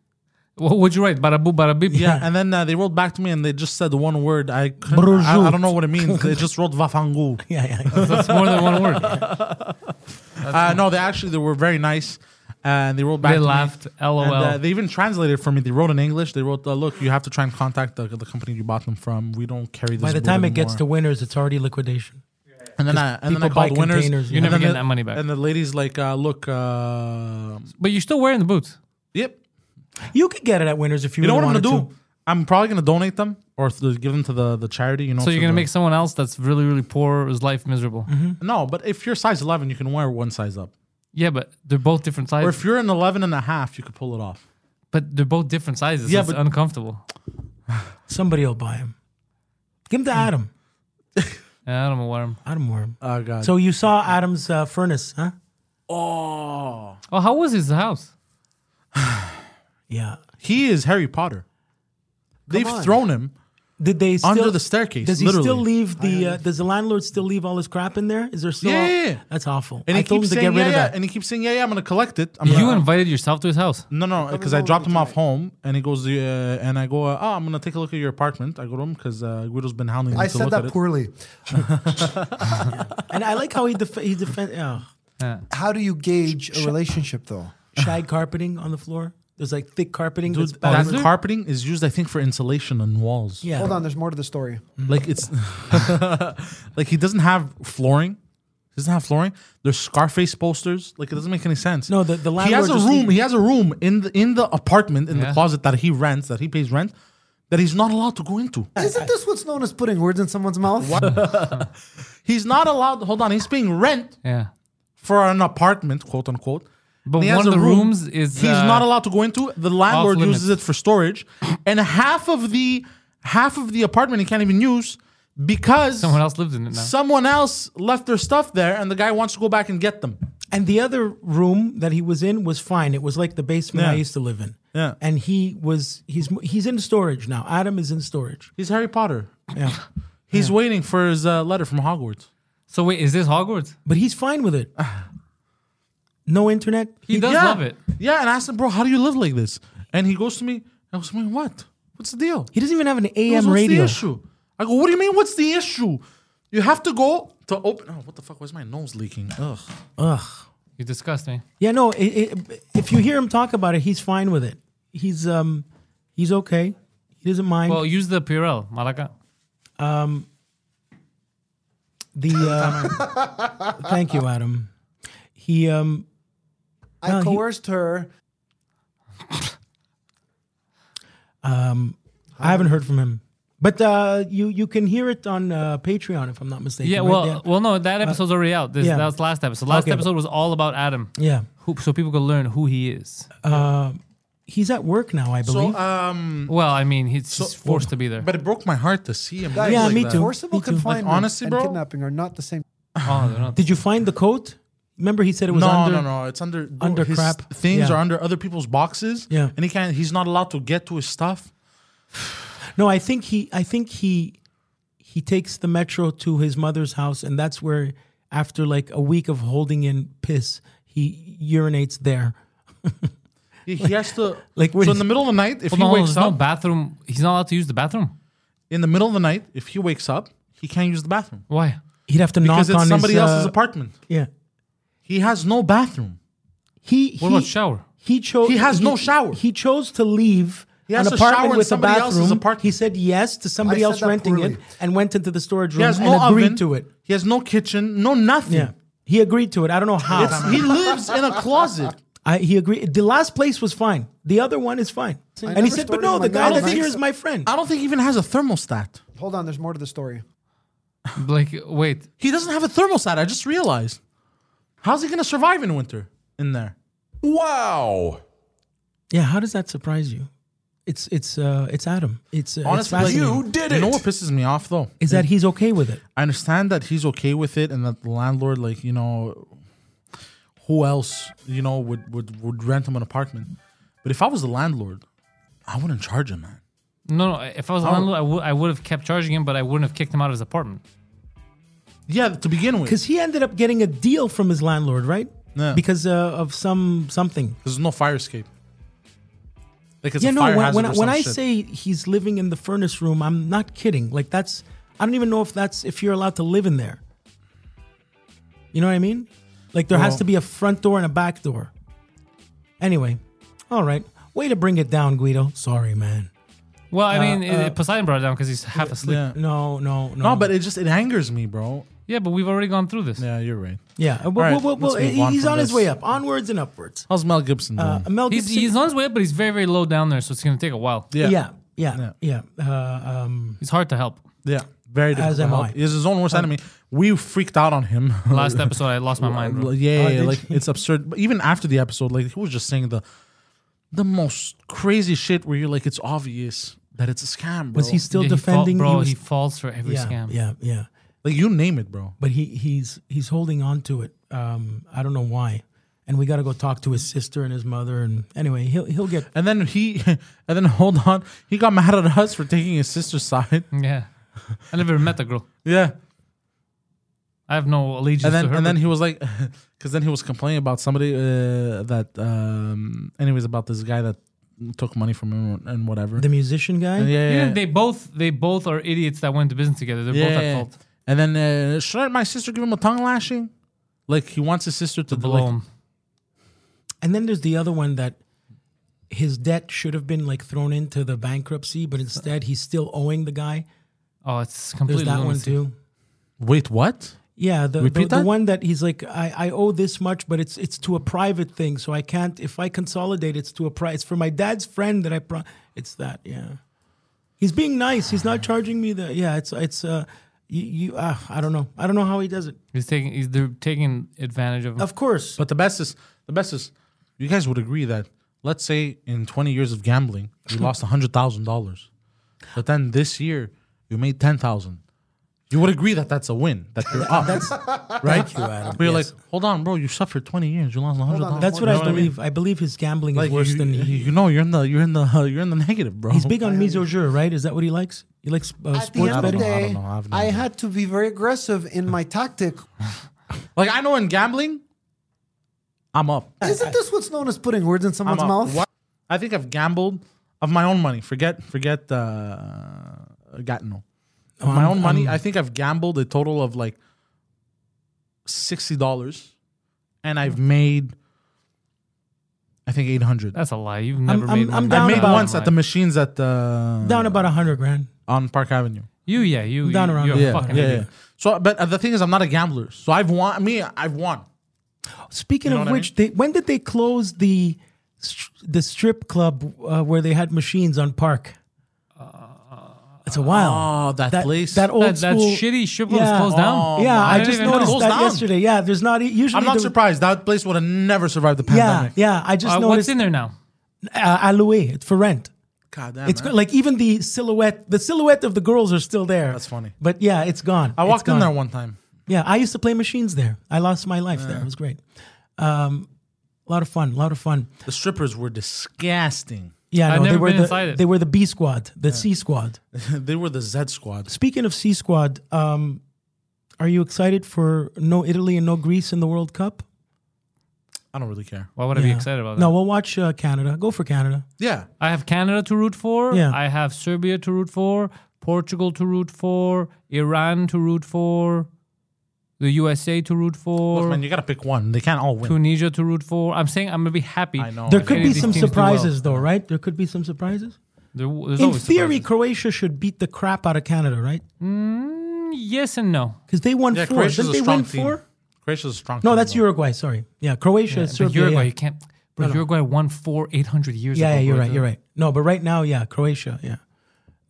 B: What would you write? Bada boo, bada beep.
G: Yeah, and then uh, they wrote back to me and they just said one word. I couldn't- I, I don't know what it means. they just wrote vafangu.
D: Yeah, yeah.
B: That's more than one word.
G: Uh, no, they actually they were very nice, and they wrote back.
B: They
G: to me.
B: laughed. LOL.
G: And, uh, they even translated for me. They wrote in English. They wrote, uh, "Look, you have to try and contact the, the company you bought them from. We don't carry this."
D: By the
G: boot
D: time it gets to
G: anymore."
D: winners, it's already liquidation.
G: and then I and then I
D: people buy
G: called winners.
D: containers,
B: You're
D: yeah.
B: never
G: And then
B: getting
G: the-
B: that money back.
G: And the lady's like, uh, "Look, uh,
B: but you're still wearing the boots.
G: yep,
D: You could get it at winners if you,
G: you know what
D: really
G: I'm gonna do?
D: wanted
G: I'm probably gonna donate them or th- give them to the the charity. You know,
B: So you're
G: to
B: gonna
G: the-
B: make someone else that's really, really poor is life miserable.
G: No, but if you're size 11, you can wear one size up.
B: Yeah, but they're both different
G: Or
B: sizes.
G: if you're an 11 and a half, you could pull it off.
B: but they're both different sizes.
G: Yeah,
B: Yeah, but
G: but-
B: uncomfortable.
D: to. Somebody will buy him. Give
G: Hmm.
D: him to Adam.
B: Yeah, I don't wear them.
D: Adam wore 'em.
G: Oh, God.
D: So you saw Adam's uh, furnace, huh?
G: oh.
B: Oh, how was his house?
D: Yeah.
G: He is Harry Potter. They've
C: on.
G: thrown him.
D: Did they still,
G: Under the staircase,
D: Does he
G: literally.
D: still leave the? Uh, does the landlord still leave all his crap in there? Is there still?
G: Yeah,
D: all-
G: yeah, yeah.
D: That's awful.
G: And
D: I
G: he
D: told
G: keeps
D: him to
G: saying,
D: get rid
G: yeah,
D: of
G: yeah.
D: that.
G: And he keeps saying, yeah, yeah, I'm going to collect it. I'm
B: You
G: gonna-
B: invited yourself to his house.
G: No, no, because I
C: over
G: dropped him off home and he goes, uh, and I go, uh, oh, I'm going to take a look at your apartment. I go to him because uh, Guido's been hounding me
C: I
G: to
C: said
G: look at
C: that
G: it.
C: poorly.
D: And I like how he def- he defend. Oh,
C: How do you gauge a relationship, though?
D: shag carpeting on the floor. There's like thick carpeting.
G: Dude,
D: that's
G: that
D: backwards.
G: carpeting is used, I think, for insulation on walls. Mm-hmm.
D: yeah.
C: Hold on, there's more to the story.
G: Like it's like he doesn't have flooring. He doesn't have flooring. There's Scarface posters. Like it doesn't make any sense.
D: No, the- the
G: he has
D: landlord
G: a
D: just
G: room.
D: need-
G: He has a room in the in the apartment in
B: Yeah.
G: the closet that he rents that he pays rent. that he's not allowed to go into.
C: Isn't this what's known as putting words in someone's mouth?
G: he's not allowed. Hold on, he's paying rent
B: Yeah.
G: for an apartment, quote unquote.
B: But
G: And he
B: one
G: has
B: of
G: a
B: the
G: room
B: rooms is,
G: he's
B: uh,
G: not allowed to go into. The landlord
B: limits.
G: uses it for storage, and half of the half of the apartment he can't even use because
B: Someone else lives in it now.
G: someone else left their stuff there, and the guy wants to go back and get them.
D: And the other room that he was in was fine. It was like the basement I
G: Yeah.
D: used to live in.
G: Yeah.
D: And he was he's he's in storage now. Adam is in storage.
G: He's Harry Potter.
D: Yeah.
G: He's waiting for his uh, letter from Hogwarts.
B: So wait, is this Hogwarts?
D: But he's fine with it. No internet.
B: He does
G: yeah.
B: love it.
G: Yeah, and I asked him, bro, how do you live like this? And he goes to me, I was like, what? What's the deal?
D: He doesn't even have an
G: He goes,
D: AM
G: what's the
D: radio.
G: issue? I go, what do you mean, what's the issue? You have to go to open. Oh, what the fuck? Where's my nose leaking? Ugh.
D: Ugh.
B: You disgust me.
D: Yeah, no. i i if you hear him talk about it, he's fine with it. He's um, he's okay. He doesn't mind.
B: Well, use the Purell, Malaka.
D: the uh, thank you, Adam. He um,
C: I
D: he-
C: coerced her.
D: I haven't heard from him, but uh, you you can hear it on uh, Patreon if I'm not mistaken.
B: Yeah,
D: right?
B: well, well, no, that episode's
G: Uh,
B: already out. This,
D: yeah.
B: That was last episode. Last
D: Okay, but-
B: episode was all about Adam,
D: yeah.
B: who, so people could learn who he is.
D: He's at work now, I believe.
G: So, um,
B: Well, I mean, he's just forced to be there.
G: but it broke my heart to see him.
C: Guys,
D: Yeah,
C: like,
D: me too.
C: Forcible
D: Me too. Like,
C: confinement
G: honestly,
C: and
G: bro-
C: kidnapping are not the same.
B: oh, they're not.
D: Did you find the coat? Remember, he said it was
G: uh, no,
D: under.
G: no, no. It's under bro,
D: under
G: his
D: crap.
G: Things
D: Yeah.
G: are under other people's boxes.
D: Yeah.
G: and he can't. He's not allowed to get to his stuff.
D: No, I think he I think he he takes the metro to his mother's house and that's where after like a week of holding in piss, he urinates there.
G: He, he has to
D: like,
G: like.
D: what
G: So
D: is-
G: in the middle of the night, if
B: Hold on, hold
G: he
B: on,
G: wakes
B: there's no
G: up
B: bathroom. He's not allowed to use the bathroom.
G: in the middle of the night, if he wakes up, he can't use the bathroom
B: Why?
D: He'd have to
G: because
D: knock
G: it's
D: on
G: somebody
D: his,
G: else's
D: uh,
G: apartment.
D: Yeah.
G: He has no bathroom.
D: He
B: What
D: he,
B: about shower?
D: He chose
G: He has no shower.
D: He chose to leave
G: He has
D: an
G: to shower
D: apartment
G: in
D: with a
G: somebody else's
D: bathroom.
G: apartment.
D: He said yes to somebody
C: I said
D: else
C: that
D: renting it
C: poorly.
D: and went into the storage
G: He
D: room
G: has
D: and
G: no
D: agreed
G: oven
D: to it.
G: He has no kitchen, no nothing.
D: Yeah. He agreed to it. I don't know how.
G: It's, he lives in a closet.
D: I, he agreed. The last place was fine. The other one is fine. and
C: never
D: he said, "But
C: started
D: no,
C: my
D: the guy
C: mailbox.
D: that's here is my friend."
G: I don't think he even has a thermostat.
C: Hold on, there's more to the story.
B: Like, wait,
G: He doesn't have a thermostat. I just realized. How's he gonna survive in winter in there?
J: Wow.
D: Yeah, how does that surprise you? It's it's uh it's Adam. It's uh,
G: Honestly,
D: it's
G: like,
D: fascinating.
J: You did
G: You know
J: it.
G: what pisses me off though?
D: is that he's okay with it?
G: I understand that he's okay with it and that the landlord, like, you know, who else, you know, would, would, would rent him an apartment. But if I was the landlord, I wouldn't charge him, man.
B: no, no. If I was a landlord, I would I would have kept charging him, but I wouldn't have kicked him out of his apartment.
G: Yeah, to begin with.
D: Because he ended up getting a deal from his landlord, right?
G: Yeah.
D: Because uh, of some something.
G: There's no fire escape. Like it's
D: yeah,
G: a
D: no.
G: fire
D: When
G: hazard
D: when,
G: or
D: I-
G: some
D: when I
G: shit.
D: say he's living in the furnace room, I'm not kidding. Like that's I don't even know if that's if you're allowed to live in there. You know what I mean? Like there has
G: Well-
D: to be a front door and a back door. Anyway, all right. Way to bring it down, Guido. Sorry, man.
B: Well, I mean,
D: uh,
B: it, Poseidon brought it down because he's half asleep. Yeah.
G: yeah.
D: No, no, no.
G: No, but it just it angers me, bro.
B: but we've already gone through this.
G: Yeah, you're right.
D: yeah. Well,
G: right,
D: well, well, well,
G: let's move on
D: he's
G: from
D: on his
G: this. Hmm.
D: way up, onwards and upwards.
G: How's Mel Gibson doing?
D: Uh, Mel
B: He's,
D: Gibson.
B: he's on his way up, but he's very, very low down there, so it's going to take a while.
G: yeah,
D: yeah,
G: yeah,
D: yeah, yeah. Uh, um,
B: He's hard to help.
G: Very difficult.
D: As am I.
G: He's his own worst enemy. We freaked out on him
B: Last episode, I lost my mind, bro.
G: Yeah,
D: Oh,
G: yeah,
D: did
G: like
D: you?
G: it's absurd. But even after the episode, like he was just saying the the most crazy shit where you're like, it's obvious that it's a scam, bro.
D: was he still
B: Yeah, he fall-
D: defending?
B: bro,
D: was-
B: he falls for every
D: yeah,
B: scam.
D: yeah, yeah.
G: like you name it, bro.
D: But he he's he's holding on to it. Um, I don't know why. And we got to go talk to his sister and his mother. And anyway, he'll he'll get.
G: And then he and then hold on, he got mad at us for taking his sister's side.
B: Yeah. I never met the girl.
G: Yeah.
B: I have no allegiance
G: and then
B: to her.
G: and then
B: but-
G: he was like because then he was complaining about somebody uh, that um anyways about this guy that took money from him and whatever
D: The musician guy.
G: yeah, yeah,
B: Yeah,
G: yeah.
B: they both they both are idiots that went to business together. They're both at
G: Yeah.
B: fault.
G: and then uh, shouldn't my sister give him a tongue lashing like he wants his sister to,
B: To
G: do,
B: blow
G: like,
B: him.
D: And then there's the other one that his debt should have been like thrown into the bankruptcy, but instead he's still owing the guy.
B: Oh, it's
D: There's
B: completely
D: that one
B: lunacy.
D: too.
G: wait what
D: Yeah, the, the,
G: Repeat
D: the
G: that?
D: one that he's like, I, I owe this much, but it's it's to a private thing, so I can't. If I consolidate, it's to a pri It's for my dad's friend that I. Pro- it's that, yeah. He's being nice. He's not charging me the. Yeah, it's it's. Uh, you, you uh, I don't know. I don't know how he does it.
B: He's taking. He's they're taking advantage of him.
D: Of course.
G: But the best is the best is you guys would agree that let's say in 20 years of gambling you lost $100,000. But then this year you made 10,000. You would agree that that's a win, that you're up. right?
D: Thank you, Adam.
G: But you're
D: Yes.
G: like, "Hold on, bro, you suffered 20 years. You lost $100."
D: That's what I
G: You know mean?
D: believe. I, believe his gambling
G: Like,
D: is worse
G: you,
D: than
G: you,
D: he.
G: you know, you're in the you're in the you're in the negative, bro.
D: He's big on mise au jeu, right? Is that what he likes? He likes uh,
C: At the
D: sports
C: end of the day,
D: betting.
G: know, I don't know, I've
C: I
G: never-
C: had to be very aggressive in my tactic.
G: Like I know in gambling, I'm up.
C: Isn't this what's known as putting words in
G: I'm
C: someone's
G: up.
C: mouth?
G: What- I think I've gambled of my own money. Forget forget uh, Gatineau. Of
D: Oh,
G: my own money, I think I've gambled a total of like sixty dollars, and I've
D: Hmm.
G: made I think eight hundred.
B: That's a lie. You've never
D: I'm-
B: made
D: I'm
B: one.
D: down
G: I made
D: about-
G: once at the machines at uh,
D: Down about a hundred grand.
G: on Park Avenue.
B: You yeah. You
D: Down
B: you,
D: around
B: You're a
D: there.
G: Yeah,
B: fucking
G: yeah,
B: idiot.
G: yeah. So, but uh, the thing is, I'm not a gambler. So I've won. Me, I've won.
D: Speaking
G: You know
D: of
G: what I
D: which, they, when did they close the str- the strip club uh, where they had machines on Park? It's a while.
G: Uh, Oh, that place.
D: That old
B: That, that
D: school.
B: shitty ship was
D: Yeah.
B: closed down.
G: Oh,
D: yeah,
G: man.
D: I,
B: didn't
D: just
B: even know.
D: noticed
G: Closed
D: that
G: down.
D: yesterday. Yeah, there's not e- usually.
G: I'm not
D: the-
G: surprised. That place would have never survived the
D: Yeah,
G: pandemic.
D: yeah. I just
B: Uh, what's
D: noticed.
B: in there now?
D: Uh, Aloué. It's for rent.
G: God damn.
D: It's
G: man.
D: good. Like even the silhouette, the silhouette of the girls are still there.
G: That's funny.
D: But yeah, it's gone.
G: I walked in there
D: Once.
G: one time.
D: Yeah, I used to play machines there. I lost my life there. It was great. Um, a lot of fun. A lot of fun.
G: The strippers were disgusting.
D: Yeah,
B: I've
D: no, they
B: never
D: were
B: been
D: the
B: inside it.
D: they were the B squad, the C squad.
G: they were the Z squad.
D: Speaking of C squad, um, are you excited for no Italy and no Greece in the World Cup?
G: I don't really care.
B: Why would I be
D: Yeah.
B: excited about that?
D: No, we'll watch uh, Canada. Go for Canada.
G: Yeah.
B: I have Canada to root for.
D: Yeah.
B: I have Serbia to root for. Portugal to root for. Iran to root for. The USA to root for.
G: Look, man, you gotta pick one. They can't all win.
B: Tunisia to root for. I'm saying I'm gonna be happy.
G: I know.
D: There
G: if
D: could
B: any
D: be
B: of Oh, these
D: some
B: teams do
D: surprises, though, right? There could be some surprises.
B: There, w- there's
D: in
B: always
D: theory,
B: surprises.
D: Croatia should beat the crap out of Canada, right?
B: Mm, yes and no.
D: Because they won
G: Yeah,
D: four.
G: Croatia's
D: Didn't
G: a
D: they
G: strong
D: win
G: team.
D: four?
G: Croatia's a strong.
D: No,
G: team,
D: that's
G: though.
D: Uruguay. Sorry. Yeah, Croatia,
B: Yeah,
D: is
B: but
D: Serbia.
B: Uruguay,
D: yeah.
B: you can't. But Uruguay won four eight hundred years
D: yeah,
B: ago.
D: yeah, you're
B: bro.
D: right. You're right. No, but right now, yeah, Croatia. Yeah,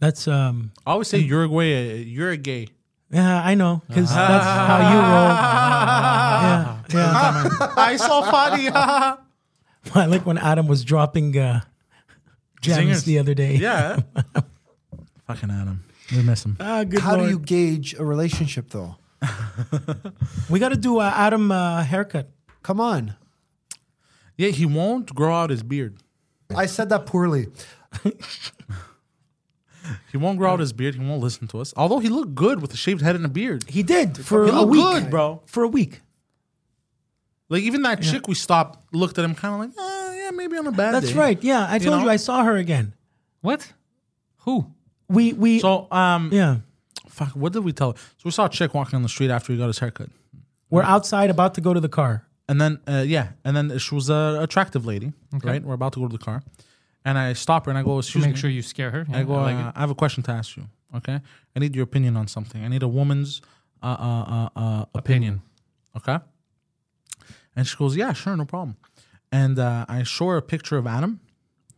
D: that's um.
G: I always say Uruguay. Uh, you're gay.
D: Yeah, I know because that's how you roll. yeah, yeah.
G: I saw Fadi. yeah.
D: I like when Adam was dropping uh, gems
G: Zingers.
D: the other day.
G: Yeah. Fucking Adam. We miss him.
D: Ah, good
C: How do
D: Lord.
C: you gauge a relationship, though?
D: We got to do a Adam uh, haircut.
C: Come on.
G: Yeah, he won't grow out his beard.
C: I said that poorly.
G: He won't grow out his beard. He won't listen to us. Although he looked good with a shaved head and a beard.
D: He did for
G: He
D: a
G: looked
D: week,
G: good, bro.
D: For a week.
G: Like even that chick we stopped looked at him kind of like, eh, yeah, maybe on a bad
D: That's
G: day.
D: right. Yeah, I told you,
G: know?
D: I saw her again.
B: What? Who?
D: We we
G: So um,
D: yeah.
G: fuck. What did we tell? her? So we saw a chick walking on the street after he got his haircut,
D: We're outside, about to go to the car.
G: and then uh, yeah, and then she was a attractive lady, right? We're about to go to the car, and I stop her and I go,
B: To
G: "Excuse
B: make
G: me."
B: sure you scare her. Yeah,
G: I go,
B: I like
G: uh,
B: it.
G: "I have a question to ask you. Okay, I need your opinion on something. I need a woman's uh, uh, uh, uh, opinion. Okay." And she goes, "Yeah, sure, no problem." And uh, I show her a picture of Adam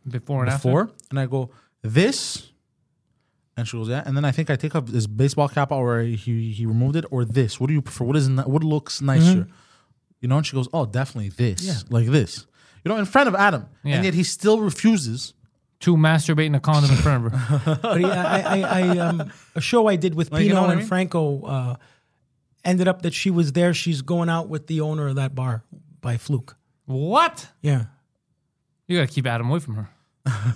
B: Before and
G: before,
B: after.
G: and I go this, and she goes yeah, and then I think I take off his baseball cap out where he he removed it, or this. What do you prefer? What is ni- what looks nicer? You know, and she goes, oh, definitely this, like this. You know, in front of Adam,
B: Yeah.
G: and yet he still refuses.
B: To masturbate in a condom in front of her.
D: But yeah, I, I, I um, a show I did with
G: Like, you
D: Pino
G: know what I
D: and
G: mean?
D: Franco uh, ended up that she was there. She's going out with the owner of that bar by fluke.
B: what?
D: Yeah.
B: You gotta keep Adam away from her.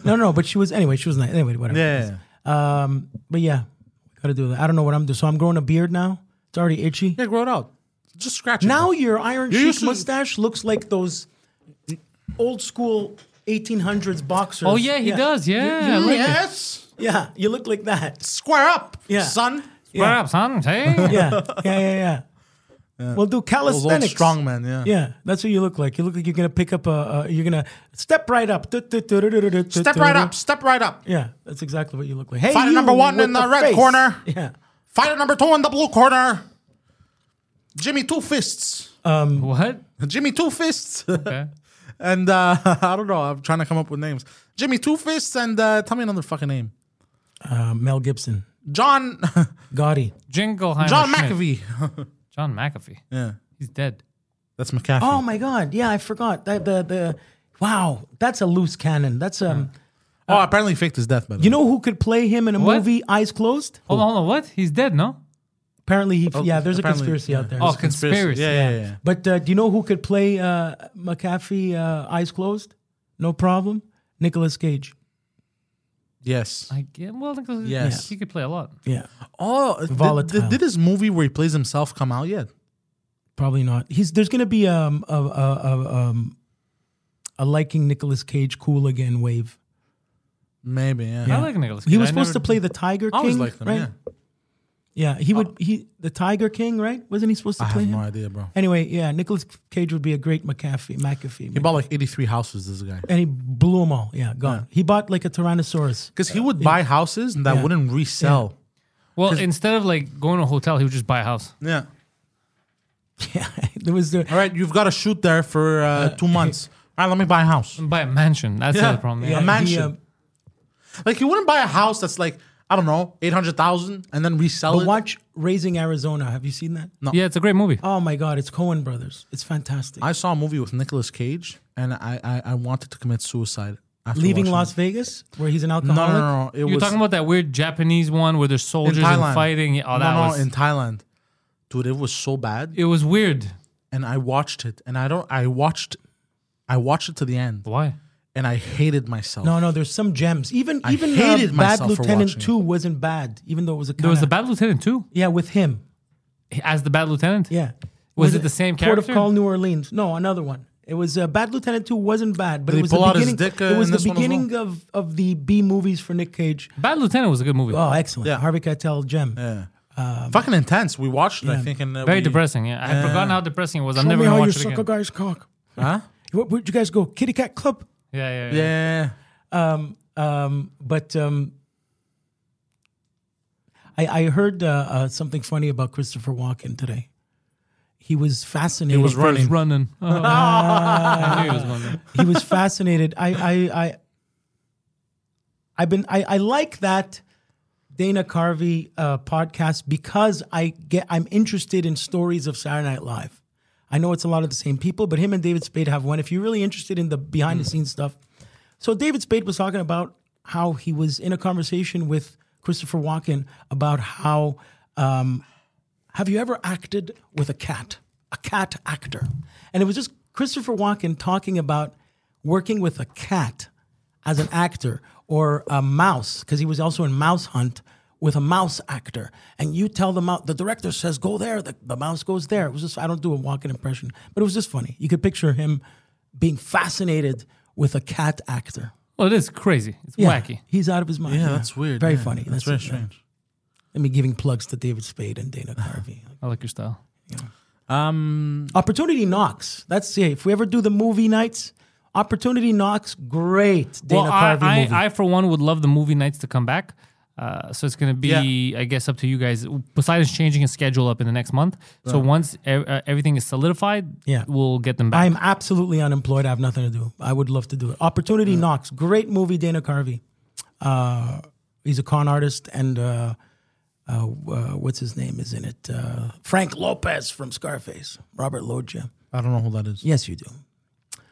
D: No, no, no, but she was anyway. She was nice. Anyway, whatever.
G: Yeah,
D: Um, but yeah, gotta do that. I don't know what I'm doing. So I'm growing a beard now. It's already itchy.
G: yeah, grow it out. Just scratch it.
D: Now your Iron
G: You're
D: Sheik
G: used to-
D: mustache looks like those old school 1800s boxers.
B: Oh yeah, he does. Yeah. I like it.
G: yes,
D: Yeah, you look like that.
G: square up,
D: Yeah.
G: son.
D: Yeah,
B: Perhaps, huh? Hey.
D: yeah, yeah, yeah. yeah. We'll do
G: Those old
D: calisthenics.
G: strong men, yeah.
D: Yeah, that's what you look like. You look like you're gonna pick up a. a you're gonna step right up.
G: Step
D: Step
G: right up, step right up.
D: Yeah, that's exactly what you look like. Hey,
G: Fighter
D: you
G: number one
D: with
G: in the red
D: face.
G: corner.
D: Yeah.
G: Fighter number two in the blue corner. Jimmy Two Fists.
B: What?
G: Jimmy Two Fists.
B: Okay.
G: and uh, I don't know. I'm trying to come up with names. Jimmy Two Fists and uh, tell me another fucking name.
D: uh, Mel Gibson,
G: John
D: Gotti.
B: Jingleheimer.
G: John
B: Schmidt.
G: McAfee.
B: John McAfee.
G: yeah,
B: He's dead.
G: that's McAfee.
D: Oh my God! Yeah, I forgot the the, the wow. That's a loose cannon. That's um.
G: oh, apparently he faked his death. By the
D: You
G: way.
D: know who could play him in a
B: What?
D: movie, eyes closed?
B: Hold on, hold on. What? He's dead, no?
D: Apparently, he.
G: Oh,
D: yeah, there's a
G: apparently,
D: conspiracy
G: yeah.
D: out there.
B: Oh, conspiracy.
G: Yeah, yeah, yeah. yeah.
D: But uh, do you know who could play uh, McAfee, uh, eyes closed? No problem. Nicolas Cage.
G: Yes.
B: I get, well, Nicolas,
G: Yes.
B: he could play a lot.
D: Yeah,
G: Oh, did,
D: Volatile.
G: did, did his movie where he plays himself come out yet?
D: probably not. He's there's gonna be um a a, a, um, a liking Nicolas Cage cool again wave.
G: Maybe. Yeah.
B: I like Nicholas.
D: He was supposed to play the Tiger
G: I
D: King,
G: always liked him.
D: right?
G: Yeah. Uh,
D: Yeah, he would. He the Tiger King, right? Wasn't he supposed to
G: I
D: play
G: have
D: him?
G: no idea, bro.
D: Anyway, yeah, Nicolas Cage would be a great McAfee. McAfee,
G: He bought like 83 houses. This guy.
D: and he blew them all. Yeah, gone. He bought like a Tyrannosaurus.
G: Because he would buy houses and that
D: Uh, Yeah.
G: wouldn't resell.
B: Well, instead of like going to a hotel, he would just buy a house.
G: Yeah.
D: Yeah, there was the
G: All right, you've got to shoot there for uh, two months. All right, let me buy a house.
B: Buy a mansion. That's the
G: Yeah.
B: other problem.
G: A
B: Yeah.
G: mansion.
D: He, um,
G: Like he wouldn't buy a house that's like I don't know eight hundred thousand and then resell
D: but
G: it.
D: watch Raising Arizona. Have you seen that?
B: Yeah, it's a great movie.
D: Oh my God, it's Cohen Brothers. It's fantastic.
G: I saw a movie with Nicolas Cage and I I, I wanted to commit suicide. After
D: Leaving
G: watching
D: Las
G: it.
D: Vegas, where he's an
G: No, no,
D: alcoholic.
G: no, no. It
B: You're
G: was
B: talking about that weird Japanese one where there's
G: in
B: soldiers
G: Thailand
B: and fighting. Yeah, Oh, that
G: no, no,
B: was.
G: in Thailand, dude. It was so bad,
B: it was weird.
G: and I watched it, and I don't. I watched, I watched it to the end,
B: Why?
G: and I hated myself.
D: No, no, there's some gems. Even
G: I
D: even uh,
G: hated
D: Bad
G: myself for watching
D: Lieutenant
G: it.
D: Two wasn't bad, even though it was a. Kinda,
B: There was the Bad Lieutenant too,
D: Yeah, with him.
B: as the Bad Lieutenant.
D: Yeah.
B: Was it the same
D: Court
B: character?
D: of Call, New Orleans. No, another one. It was uh, Bad Lieutenant Two wasn't bad, but
G: Did he
D: it was the
G: pull out his
D: beginning.
G: dick, uh,
D: it was
G: in
D: the
G: this one as well?
D: beginning of of the B movies for Nick Cage.
B: Bad Lieutenant was a good movie.
D: Oh, excellent!
G: Yeah.
D: Harvey Keitel gem.
G: Yeah. Fucking intense. We watched it, I
D: yeah.
G: think. And, uh,
B: Very
G: we-
B: depressing. Yeah, I had forgotten how depressing it was. I'm
D: Show
B: never
D: me
B: gonna
D: how
B: watch
D: you
B: it
D: suck
B: again.
D: a guy's cock.
G: Huh?
D: Where, where'd you guys go? Kitty Cat Club.
B: Yeah, yeah, yeah.
G: Yeah.
D: Um, um, but um, I, I heard uh, uh, something funny about Christopher Walken today. He was fascinated.
G: was
B: First
G: running.
B: running. Oh, I knew he was going there.
D: he was fascinated. I, I, I, I've been, I, I like that Dana Carvey uh, podcast because I get, I'm interested in stories of Saturday Night Live. I know it's a lot of the same people, but him and David Spade have one. If you're really interested in the behind the scenes stuff, so David Spade was talking about how he was in a conversation with Christopher Walken about how um, have you ever acted with a cat? A cat actor. And it was just Christopher Walken talking about working with a cat as an actor or a mouse, because he was also in Mouse Hunt with a mouse actor. And you tell the mouse, the director says, go there, the, the mouse goes there. It was just, I don't do a Walken impression, but it was just funny. You could picture him being fascinated with a cat actor.
B: Well, it is crazy. It's
D: Yeah,
B: wacky.
D: He's out of his mind.
G: Yeah, that's weird.
D: Very
G: yeah.
D: funny.
G: That's, very
D: it, yeah.
G: strange.
D: I mean, giving plugs to David Spade and Dana Carvey.
B: I like your style.
G: Um,
D: Opportunity knocks. That's it. If we ever do the movie nights, Opportunity knocks. Great Dana
B: well,
D: Carvey
B: I,
D: movie.
B: I, I, for one, would love the movie nights to come back. Uh, so it's going to be, I guess, up to you guys. Poseidon's changing his schedule up in the next month. So once e- uh, everything is solidified,
D: Yeah.
B: we'll get them back.
D: I'm absolutely unemployed. I have nothing to do. I would love to do it. Opportunity knocks. Great movie, Dana Carvey. Uh, he's a con artist, and uh, uh, uh, what's his name is in it? Uh, Frank Lopez from Scarface. Robert Loggia.
G: I don't know who that is.
D: Yes, you do.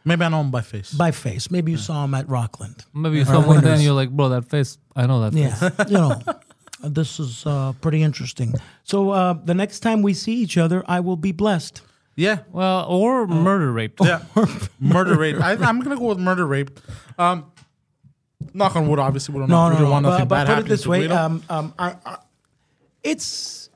G: Maybe I know him by face.
D: By face. Maybe you saw him at Rockland.
B: Maybe someone then you're like, bro, that face, I know that face.
D: Yeah, you know, this is uh, pretty interesting. So uh, the next time we see each other, I will be blessed.
G: yeah.
B: Well, or murder rape.
G: Yeah. murder rape. I, I'm gonna go with murder rape. Um, knock on wood. Obviously, we don't
D: No, no,
G: know. we don't
D: no.
G: want nothing
D: but, but
G: bad
D: put it
G: happening
D: this
G: to
D: way:
G: Guido.
D: um, um, I, I, it's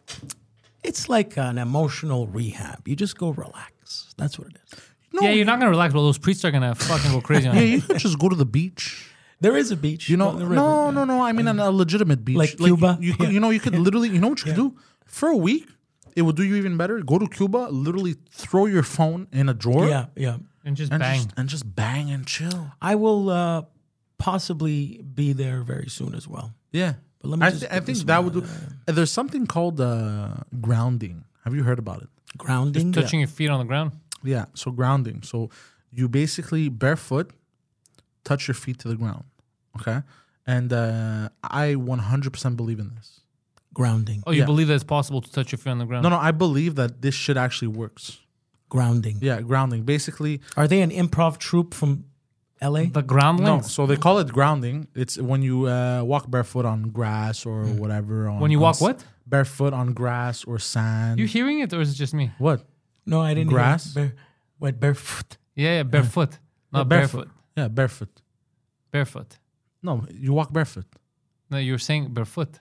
D: it's like an emotional rehab. You just go relax. That's what it is.
G: no,
B: Yeah, you're not going to relax, bro. Those priests are going to fucking go crazy on
G: yeah,
B: you.
G: you can just go to the beach.
D: There is a beach.
G: You know,
D: on the river.
G: no, no, no. I mean, an, a legitimate beach,
D: Like Cuba?
G: You, could,
D: Yeah.
G: you know, you could literally, you know, what you could do for a week. It would do you even better. Go to Cuba, literally throw your phone in a drawer,
D: Yeah, yeah.
B: And just
G: and
B: bang.
G: just and just bang and chill.
D: I will uh, possibly be there very soon as well.
G: Yeah,
D: But let me
G: I,
D: just
G: thi-
D: put
G: I think
D: this
G: that
D: one
G: would do.
D: on
G: uh, There's something called uh, grounding. Have you heard about it?
D: Grounding.
B: Touching your feet on the ground.
G: Yeah, so grounding. So you basically barefoot touch your feet to the ground, okay? and uh, I 100% believe in this.
D: Grounding.
B: Oh, you
G: Yeah.
B: believe that it's possible to touch your feet on the ground?
G: No, no, I believe that this shit actually works.
D: Grounding.
G: Yeah, grounding. Basically,
D: Are they an improv troupe from LA?
B: The groundlings.
G: no. So they call it grounding. It's when you uh, walk barefoot on grass or whatever. On,
B: Hmm. When you
G: on
B: walk
G: s-
B: what?
G: Barefoot on grass or sand.
B: You hearing it or is it just me?
G: what?
D: No, I didn't. hear it.
G: Grass?
D: Bare, what barefoot?
B: Yeah, yeah barefoot. Not barefoot.
G: Yeah, barefoot.
B: Barefoot.
G: No, you walk barefoot.
B: No, you were saying barefoot.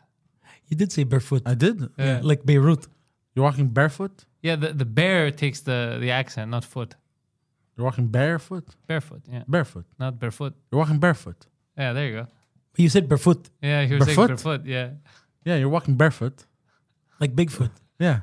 D: You did say barefoot,
G: I did.
B: Yeah.
D: like Beirut.
G: You're walking barefoot.
B: Yeah, the, the bear takes the, the accent, not foot.
G: You're walking barefoot.
B: Barefoot, yeah.
G: Barefoot.
B: Not barefoot.
G: You're walking barefoot.
B: Yeah, there you go.
D: But you said barefoot,
B: Yeah, he was saying
G: Barefoot?
B: barefoot. Yeah.
G: Yeah, you're walking barefoot.
D: like Bigfoot.
G: Yeah.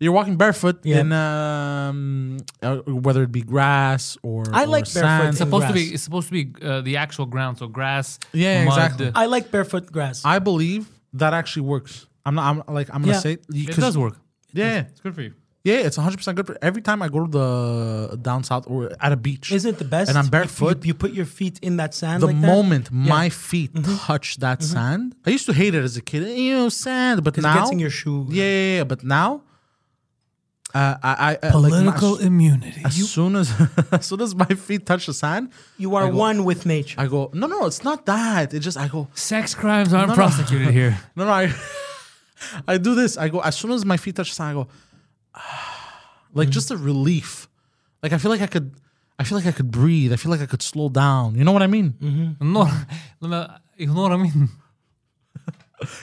G: You're walking barefoot
D: Yeah.
G: in um, uh, whether it be grass or
D: I
G: or
D: like barefoot
G: sand.
D: in
B: supposed to be
D: Grass.
B: it's supposed to be uh, the actual ground, so grass.
G: Yeah, yeah,
B: mud.
G: exactly.
D: I like barefoot grass.
G: I believe that actually works. I'm not. I'm like. I'm gonna
D: Yeah.
G: say
B: it does work.
G: Yeah,
B: It's good for you.
G: yeah. It's 100 percent good. For, every time I go to the down south or at a beach,
D: Isn't it the best?
G: And I'm
D: You- you-
G: barefoot.
D: You, put your feet in that sand.
G: the
D: like that? Mm-hmm.
G: moment my feet touch that sand, I used to hate it as a kid. You know, sand. But
D: it
G: now,
D: gets in your shoe.
G: Yeah, yeah, yeah. But now, uh, I, I I- like,
B: Political
G: as-
B: immunity.
G: as soon as as soon as my feet touch the sand,
D: you are one with nature.
G: I go. No, no, it's not that. It just I go.
B: Sex crimes aren't
G: No, no.
B: prosecuted here.
G: No, no, I, I do this. I go as soon as my feet touch the sand. I go, like just a relief. Like I feel like I could, I feel like I could breathe. I feel like I could slow down. You know what I mean?
D: Mm-hmm.
B: No, no, you know what I mean.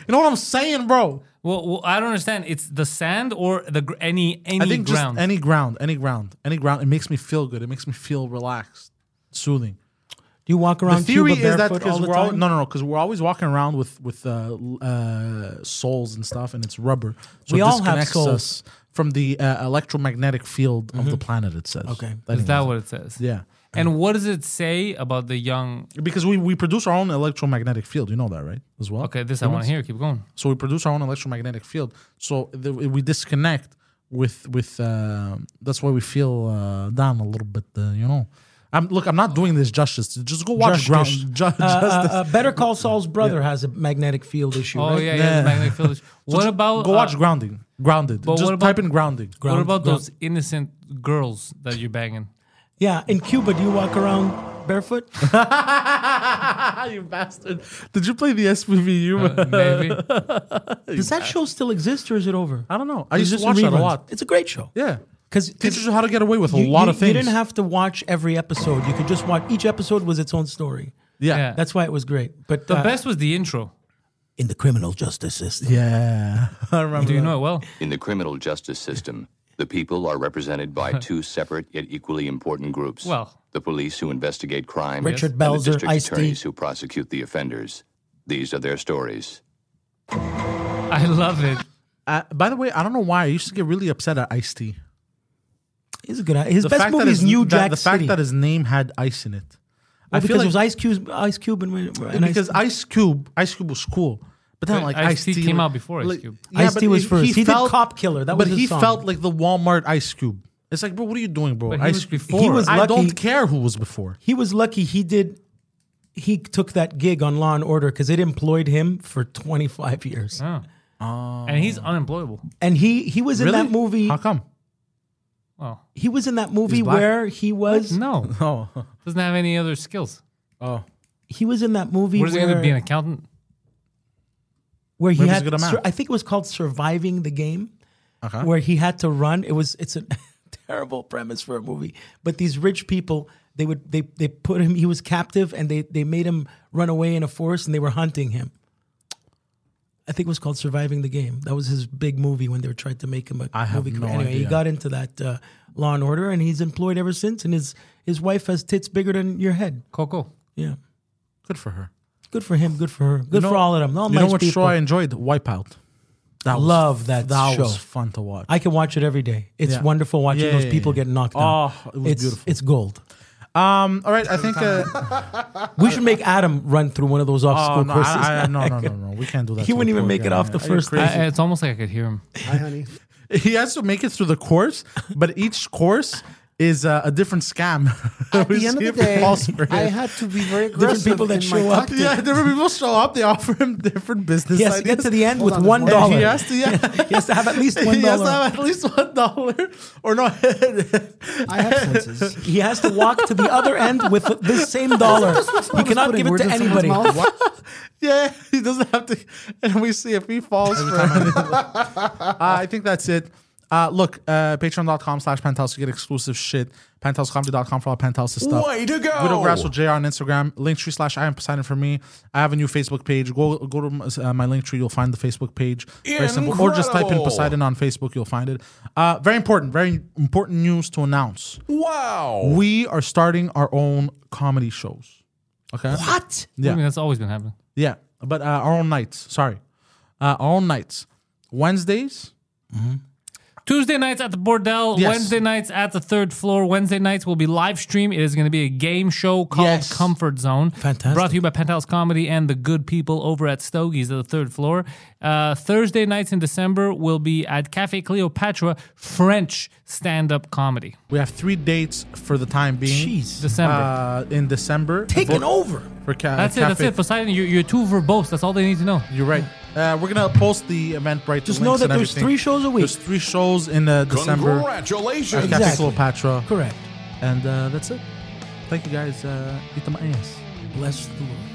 G: You know what I'm saying, bro?
B: Well, well, I don't understand. It's the sand or the gr- any any
G: I think
B: ground.
G: just any ground, any ground, any ground. It makes me feel good. It makes me feel relaxed, soothing.
D: Do you walk
G: The
D: around
G: theory
D: Cuba
G: is that
D: barefoot
G: because
D: all the
G: we're all,
D: time?
G: no, no, no, because we're always walking around with with uh, uh, soles and stuff, and it's rubber. So
D: We
G: it
D: all have
G: disconnects
D: soles. Mm-hmm.
G: us from the uh, electromagnetic field of the planet. It says.
D: Okay.
B: is that
G: means-
B: what it says?
G: Yeah.
B: And what does it say about the young?
G: Because we, we produce our own electromagnetic field. You know that, right? As well.
B: Okay, this I want to hear. Keep going.
G: So we produce our own electromagnetic field. So the, we disconnect with with. Uh, that's why we feel uh, down a little bit. Uh, you know. I'm look. I'm not doing this justice. Just go watch
D: Justice.
G: Ground. Ju-
D: Uh,
G: justice.
D: uh, Better Call Saul's brother has a magnetic field issue.
B: Oh
D: right?
B: yeah, yeah.
G: Yeah.
B: the magnetic field is-
G: So
B: What
G: just
B: about
G: go watch
B: uh,
G: Grounding? Grounded.
B: but
G: Just
B: what about-
G: type in Grounding.
B: What
D: Ground-
B: about
D: ground.
B: those innocent girls that you're banging?
D: Yeah, in Cuba, do you walk around barefoot?
G: you bastard! Did you play the SPVU?
B: Uh, maybe.
D: Does that show still exist or is it over?
G: I don't know. I
D: It's
G: used
D: just
G: to watch that a
D: reruns.
G: lot.
D: It's a great show.
G: Yeah,
D: Because
G: teaches you how to get away with a
D: you-
G: lot
D: you-
G: of things.
D: You didn't have to watch every episode. You could just watch each episode was its own story.
B: Yeah.
D: That's why it was great. But
B: The
D: uh,
B: best was the intro.
D: in the criminal justice system.
G: Yeah, I remember.
B: Do you
G: that.
B: know it well?
J: In the criminal justice system, the people are represented by two separate yet equally important groups.
B: Well.
J: the police who investigate crime,
D: Richard
J: and the
D: Belzer,
J: district
D: Ice-T.
J: attorneys who prosecute the offenders. These are their stories.
B: I love it.
G: Uh, by the way, I don't know why I used to get really upset at Ice T.
D: He's a good. His
G: The
D: best
G: fact
D: movie
G: that
D: is
G: his-
D: New
G: that-
D: Jack
G: The fact
D: City.
G: that his name had ice in it.
D: Well,
G: I
D: because
G: feel like
D: it was Ice Cube. Ice Cube and, and Ice-
G: because Ice Cube, Ice Cube was cool, but then
B: But
G: like Ice
B: Ice-T
G: T
B: came out before Ice Cube.
D: Ice-T was first. He did Cop Killer. That
G: but
D: was his
G: he
D: song.
G: felt like the Walmart Ice Cube. It's like, bro, what are you doing, bro?
B: But he
G: Ice
B: was
G: Cube-
B: before. He was
G: I don't
D: lucky-
G: care who was before.
D: he was lucky. He did. He took that gig on Law and Order because it employed him for 25 years,
B: Oh. And he's
G: Oh.
B: unemployable.
D: and he he was in that movie.
G: How come?
B: Oh.
D: He was in that movie
G: black?
D: where he was.
B: No.
G: Oh,
B: Doesn't have any other skills.
G: oh,
D: He was in that movie
B: What is he going to
D: where,
B: be an accountant?
D: where he
G: Maybe he's
D: had.
G: good Uh-huh. at math.
D: sur- I think it was called Surviving the Game,
G: Okay.
D: where he had to run. It was it's a terrible premise for a movie, but these rich people they would they they put him. He was captive, and they they made him run away in a forest, and they were hunting him. I think it was called Surviving the Game. That was his big movie when they were trying to make him a
G: have
D: movie.
G: no
D: anyway, he
G: idea.
D: got into that uh, Law and Order, and he's employed ever since. And his his wife has tits bigger than your head.
B: Coco.
D: Yeah.
G: good for her.
D: Good for him. Good for her. Good
G: know-
D: for all of them. All
G: you know
D: nice
G: what
D: people.
G: show I enjoyed? Wipeout. That was-
D: Love that
G: That
D: show.
G: was fun to watch.
D: I can watch it every day. It's
G: Yeah.
D: wonderful watching
G: Yeah,
D: those
G: yeah,
D: people
G: yeah.
D: get knocked out.
G: Oh, it was
D: it's,
G: beautiful.
D: It's gold.
G: Um, all right, I think. Uh,
D: We should make Adam run through one of those
G: oh
D: off-school
G: no,
D: courses.
G: I, I, no, no, no, no, we can't do that.
D: He
G: to a
D: wouldn't even
G: poor
D: make it
G: guy.
D: off the
G: Are you
D: first-
G: crazy?
B: I- it's almost like I could hear him.
C: Hi, honey.
G: he has to make it through the course, but each course is uh, a different scam.
C: At
G: We
C: the end
G: see
C: of
G: if
C: the
G: it
C: day,
G: falls for
C: I
G: it.
C: had to be very
G: Different
C: aggressive
G: people that
C: in my
G: show up.
C: tactics.
G: Yeah, different people show up. They offer him different business
D: He has to
G: ideas.
D: get to the end with
G: And
D: one dollar.
G: He has to, yeah.
D: He has to have at least one
G: He has to
D: dollar.
G: have at least one dollar, or no?
C: I have senses.
D: He has to walk to the other end with this same dollar. He cannot give it to anybody.
G: yeah, he doesn't have to. And we see if he falls for it. uh, I think that's it. Uh, look, uh, patreon.com slash penthouse to get exclusive shit. Penthousecomedy.com for all Penthouse's stuff.
K: Way to go!
G: Widow Grass with JR on Instagram. Linktree slash I am Poseidon for me. I have a new Facebook page. Go go to uh, my Linktree. You'll find the Facebook page. Very simple. Or just type in
K: Incredible.
G: Poseidon on Facebook. You'll find it. Uh, very important. Very important news to announce.
K: Wow.
G: We are starting our own comedy shows. Okay.
D: What?
B: Yeah.
G: Yeah.
B: I mean, that's always been happening.
G: Yeah, but uh, our own nights. Sorry, uh, our own nights. Wednesdays.
B: Tuesday nights at the Bordel,
G: Yes.
B: Wednesday nights at the third floor. Wednesday nights will be live stream. It is going to be a game show called Comfort Zone.
D: Fantastic.
B: Brought to you by Penthouse Comedy and the good people over at Stogie's at the third floor. Uh, Thursday nights in December will be at Cafe Cleopatra, French stand up comedy.
G: We have three dates for the time being.
D: Jeez.
B: December.
G: Uh, in December,
D: Taken
G: Vo-
D: over.
G: For ca-
B: that's it, that's
G: Cafe-
B: it. Poseidon, you're, you're too verbose. That's all they need to know.
G: You're right. Uh, we're gonna post the Eventbrite.
D: Just
G: links
D: know that
G: and
D: there's
G: everything.
D: three shows a week.
G: There's three shows in uh, December.
K: Congratulations.
G: At Cafe
D: Exactly.
G: Cleopatra,
D: Correct.
G: and uh, that's it. Thank you guys. Uh, eat the ass.
D: Bless the Lord.